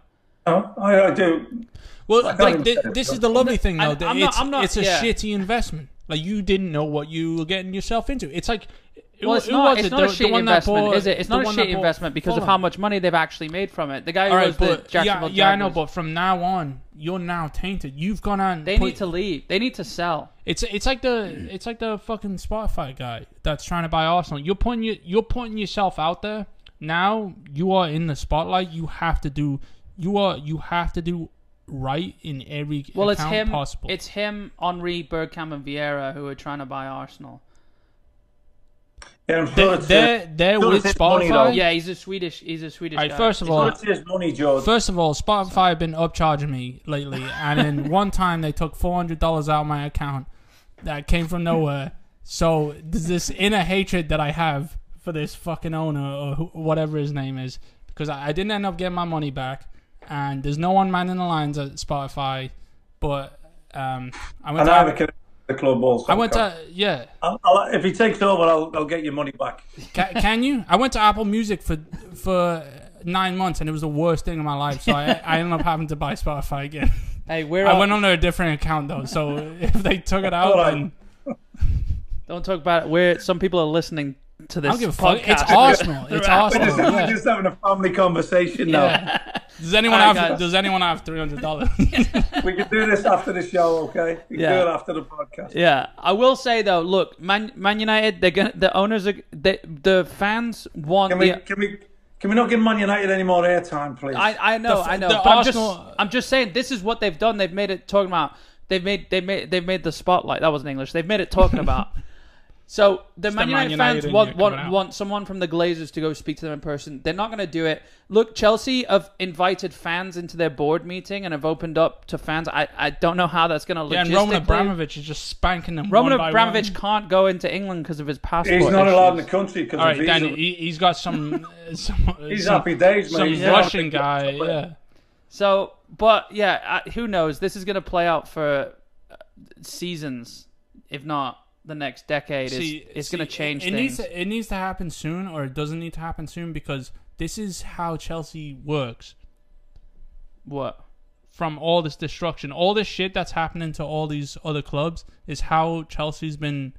No, I, I do. Well, like even thi- say it, this bro. is the lovely thing though. I'm- that I'm not- it's I'm not- it's a yeah. shitty investment. Like you didn't know what you were getting yourself into. It's like it, well, wa- it's who not. was It's it? not a The- the shitty one that investment, bought- is it? It's the not a one that shitty bought investment because of Fulham. how much money they've actually made from it. The guy who All right, owns the but yeah, Jacksonville yeah, I know. Jaguars, But from now on, you're now tainted. You've gone on. they put- need to leave. They need to sell. It's it's like the it's like the fucking Spotify guy that's trying to buy Arsenal. You're putting your, you're putting yourself out there. Now you are in the spotlight. You have to do you are you have to do right in every Well, it's account him. possible. It's him, Henri, Bergkamp, and Vieira who are trying to buy Arsenal. Yeah, I'm sure they're it's, uh, they're, they're Sure, with it's money, Spotify. though. Oh Oh. yeah, he's a Swedish. He's a Swedish. All right, guy. first of It's all, not- it's his money, George. First of all, Spotify have been upcharging me lately, and then one time they took four hundred dollars out of my account that came from nowhere. So there's this inner hatred that I have for this fucking owner or who, whatever his name is, because I, I didn't end up getting my money back, and there's no one man in the lines at Spotify, but um, I went and to, I have a connection to the club also. I went to yeah. I'll, I'll, if he takes over, I'll, I'll get your money back. Can, can you? I went to Apple Music for for nine months, and it was the worst thing in my life. So I, I ended up having to buy Spotify again. hey, we're I up. went under a different account though, so if they took it out, All right. then don't talk about it. We're some people are listening to I this don't give a fuck. podcast. It's Arsenal. It's We're Arsenal. just, we're Yeah. just having a family conversation Yeah. Does anyone All right, have? guys. Does anyone have three hundred dollars? now. We can do this after the show, okay? We can Yeah. do it after the podcast. Yeah, I will say though, look, Man, Man United, they're gonna, the owners are, they, the fans want. Can we? the, Can we? Can we not give Man United any more airtime, please? I, I know, The f- I know. the But I'm Arsenal- just, I'm just saying, this is what they've done. They've made it talking about. They've made, they made, they've made the spotlight. That wasn't English. They've made it talking about. So the Man the United, Man United fans in want, you coming want, out. want someone from the Glazers to go speak to them in person. They're not going to do it. Look, Chelsea have invited fans into their board meeting and have opened up to fans. I, I don't know how that's going to look. Yeah, and Roman Abramovich is just spanking them. Roman one by Abramovich One. can't go into England because of his passport. he's not issues. allowed in the country because All right, of Danny, visa. he, he's got some uh, some He's some, happy days, mate. some He's Russian happy. guy. Yeah. So, but yeah, I, who knows? This is going to play out for uh, seasons, if not the next decade. See, it's it's see, going to change it, it things. Needs to, it needs to happen soon, or it doesn't need to happen soon because this is how Chelsea works. What? from all this destruction, all this shit that's happening to all these other clubs is how Chelsea's been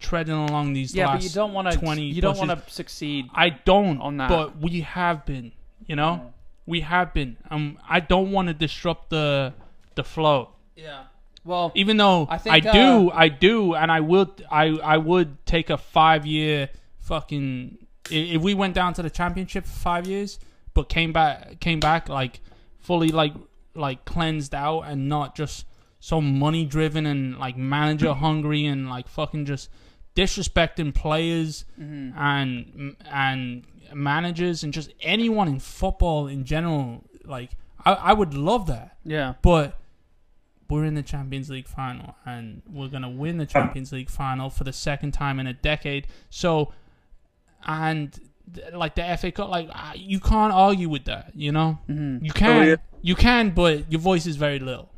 treading along these Yeah, last but you don't want to. 20 You don't pushes. want to succeed. I don't on that. Mm. But we have been, you know? We have been. Um I don't want to disrupt the the flow. Yeah. Well, Even though I I, think, uh, do, I do and I will I I would take a 5-year fucking i- if we went down to the championship for 5 years but came back came back like fully like like cleansed out and not just so money driven and like manager hungry and like fucking just disrespecting players Mm-hmm. and and managers and just anyone in football in general like I, I would love that yeah. but we're in the Champions League final and we're going to win the Champions League final for the second time in a decade. So, and th- like the FA Cup, like I- you can't argue with that, you know? Mm-hmm. You Oh, can, yeah. you can, but your voice is very little.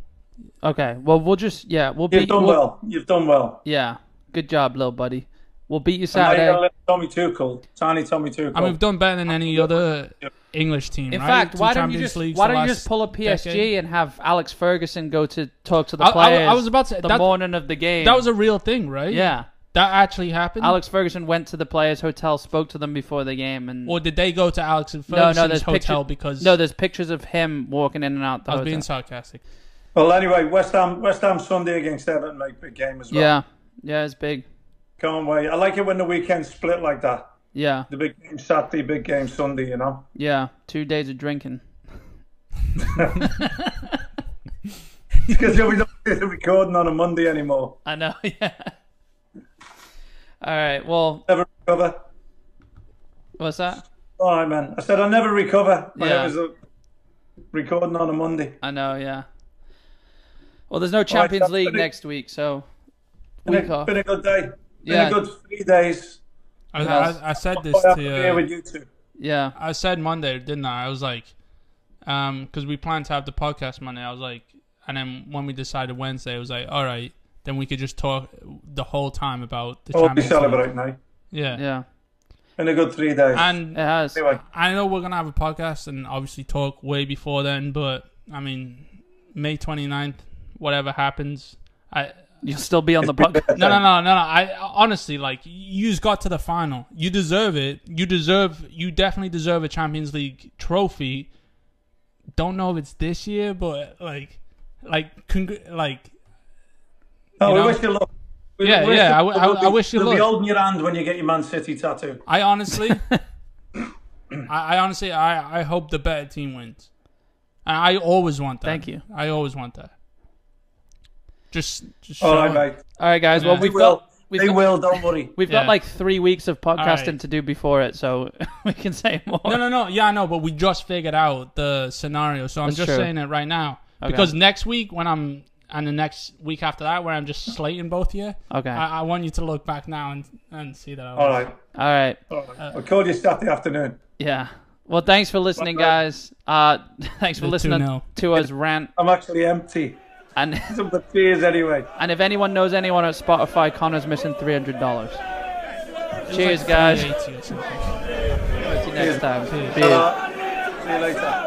Okay. Well, we'll just yeah. We'll You've beat. done we'll- well. You've done well. Yeah. Good job, little buddy. We'll beat you Now you got Saturday. little Tommy Tuchel, tiny Tommy Tuchel. I mean, we've done better than any other English team. In right? fact, Two why don't you Champions just Leagues why the don't you last just pull up PSG decade. and have Alex Ferguson go to talk to the I- I- I players? was about to- the that- morning of the game. That was a real thing, right? yeah. That actually happened? Alex Ferguson went to the players' hotel, spoke to them before the game, and or did they go to Alex and no, Ferguson's no, there's hotel pictures, because no, there's pictures of him walking in and out. The I was being hotel. sarcastic. well, anyway, West Ham, West Ham Sunday against Everton, make big game as well. yeah, yeah, it's big. Can't wait. I like it when the weekend split like that. Yeah, The big game Saturday, big game Sunday. You know. yeah, two days of drinking. because we don't do the recording on a Monday anymore. I know. Yeah. All right. Well, Never recover. what's that? All right, man. I said I never recover. But Yeah. it was a recording on a Monday. I know. Yeah. Well, Oh, there's no Champions that's League pretty- next week, so Been week a, off. been a good day. Been Yeah. a good three days. I, Yes. I, I said this Boy, I'm to Oh, here uh, with you two. Yeah. I said Monday, didn't I? I was like, um, because we planned to have the podcast Monday. I was like, and then when we decided Wednesday, I was like, all right, then we could just talk the whole time about the Oh, we Champions League. celebrate now Yeah. Yeah. in a good three days. It and has. anyway, I know we're gonna have a podcast and obviously talk way before then, but I mean, May 29th, whatever happens, I. You'll still be on the podcast. No, no, no, no, no. I honestly like you's got to the final. You deserve it. You deserve. You definitely deserve a Champions League trophy. Don't know if it's this year, but like, like, congr- like, no, Oh, you we know? wish you luck. We Yeah, wish yeah, I you w- I luck. w- I wish you You'll be luck. holding your hand when you get your Man City tattoo. I honestly, I, I honestly, I, I hope the better team wins. And I always want that. Thank you. I always want that. Just, just. All showing- right, mate. All right, guys. Well, Yeah. They we've will. got we've they got, will. Don't worry. we've got Yeah. like three weeks of podcasting right. to do before it, so we can say more. No, no, no. Yeah, I know, but we just figured out the scenario, so I'm That's just true. saying it right now Okay. because next week when I'm and the next week after that where I'm just slating both of you, Okay. I, I want you to look back now and and see that. I was, All right. All right. All right. I'll call you Saturday afternoon. Yeah. Well, thanks for listening, Bye-bye. guys. Uh, thanks for The listening 2-0. to us rant. I'm actually empty. And Some of the tears anyway. and if anyone knows anyone at Spotify, Connor's missing three hundred dollars. It was Cheers, like guys. 380 or something. See you next time. Cheers. Be it. Uh, see you later.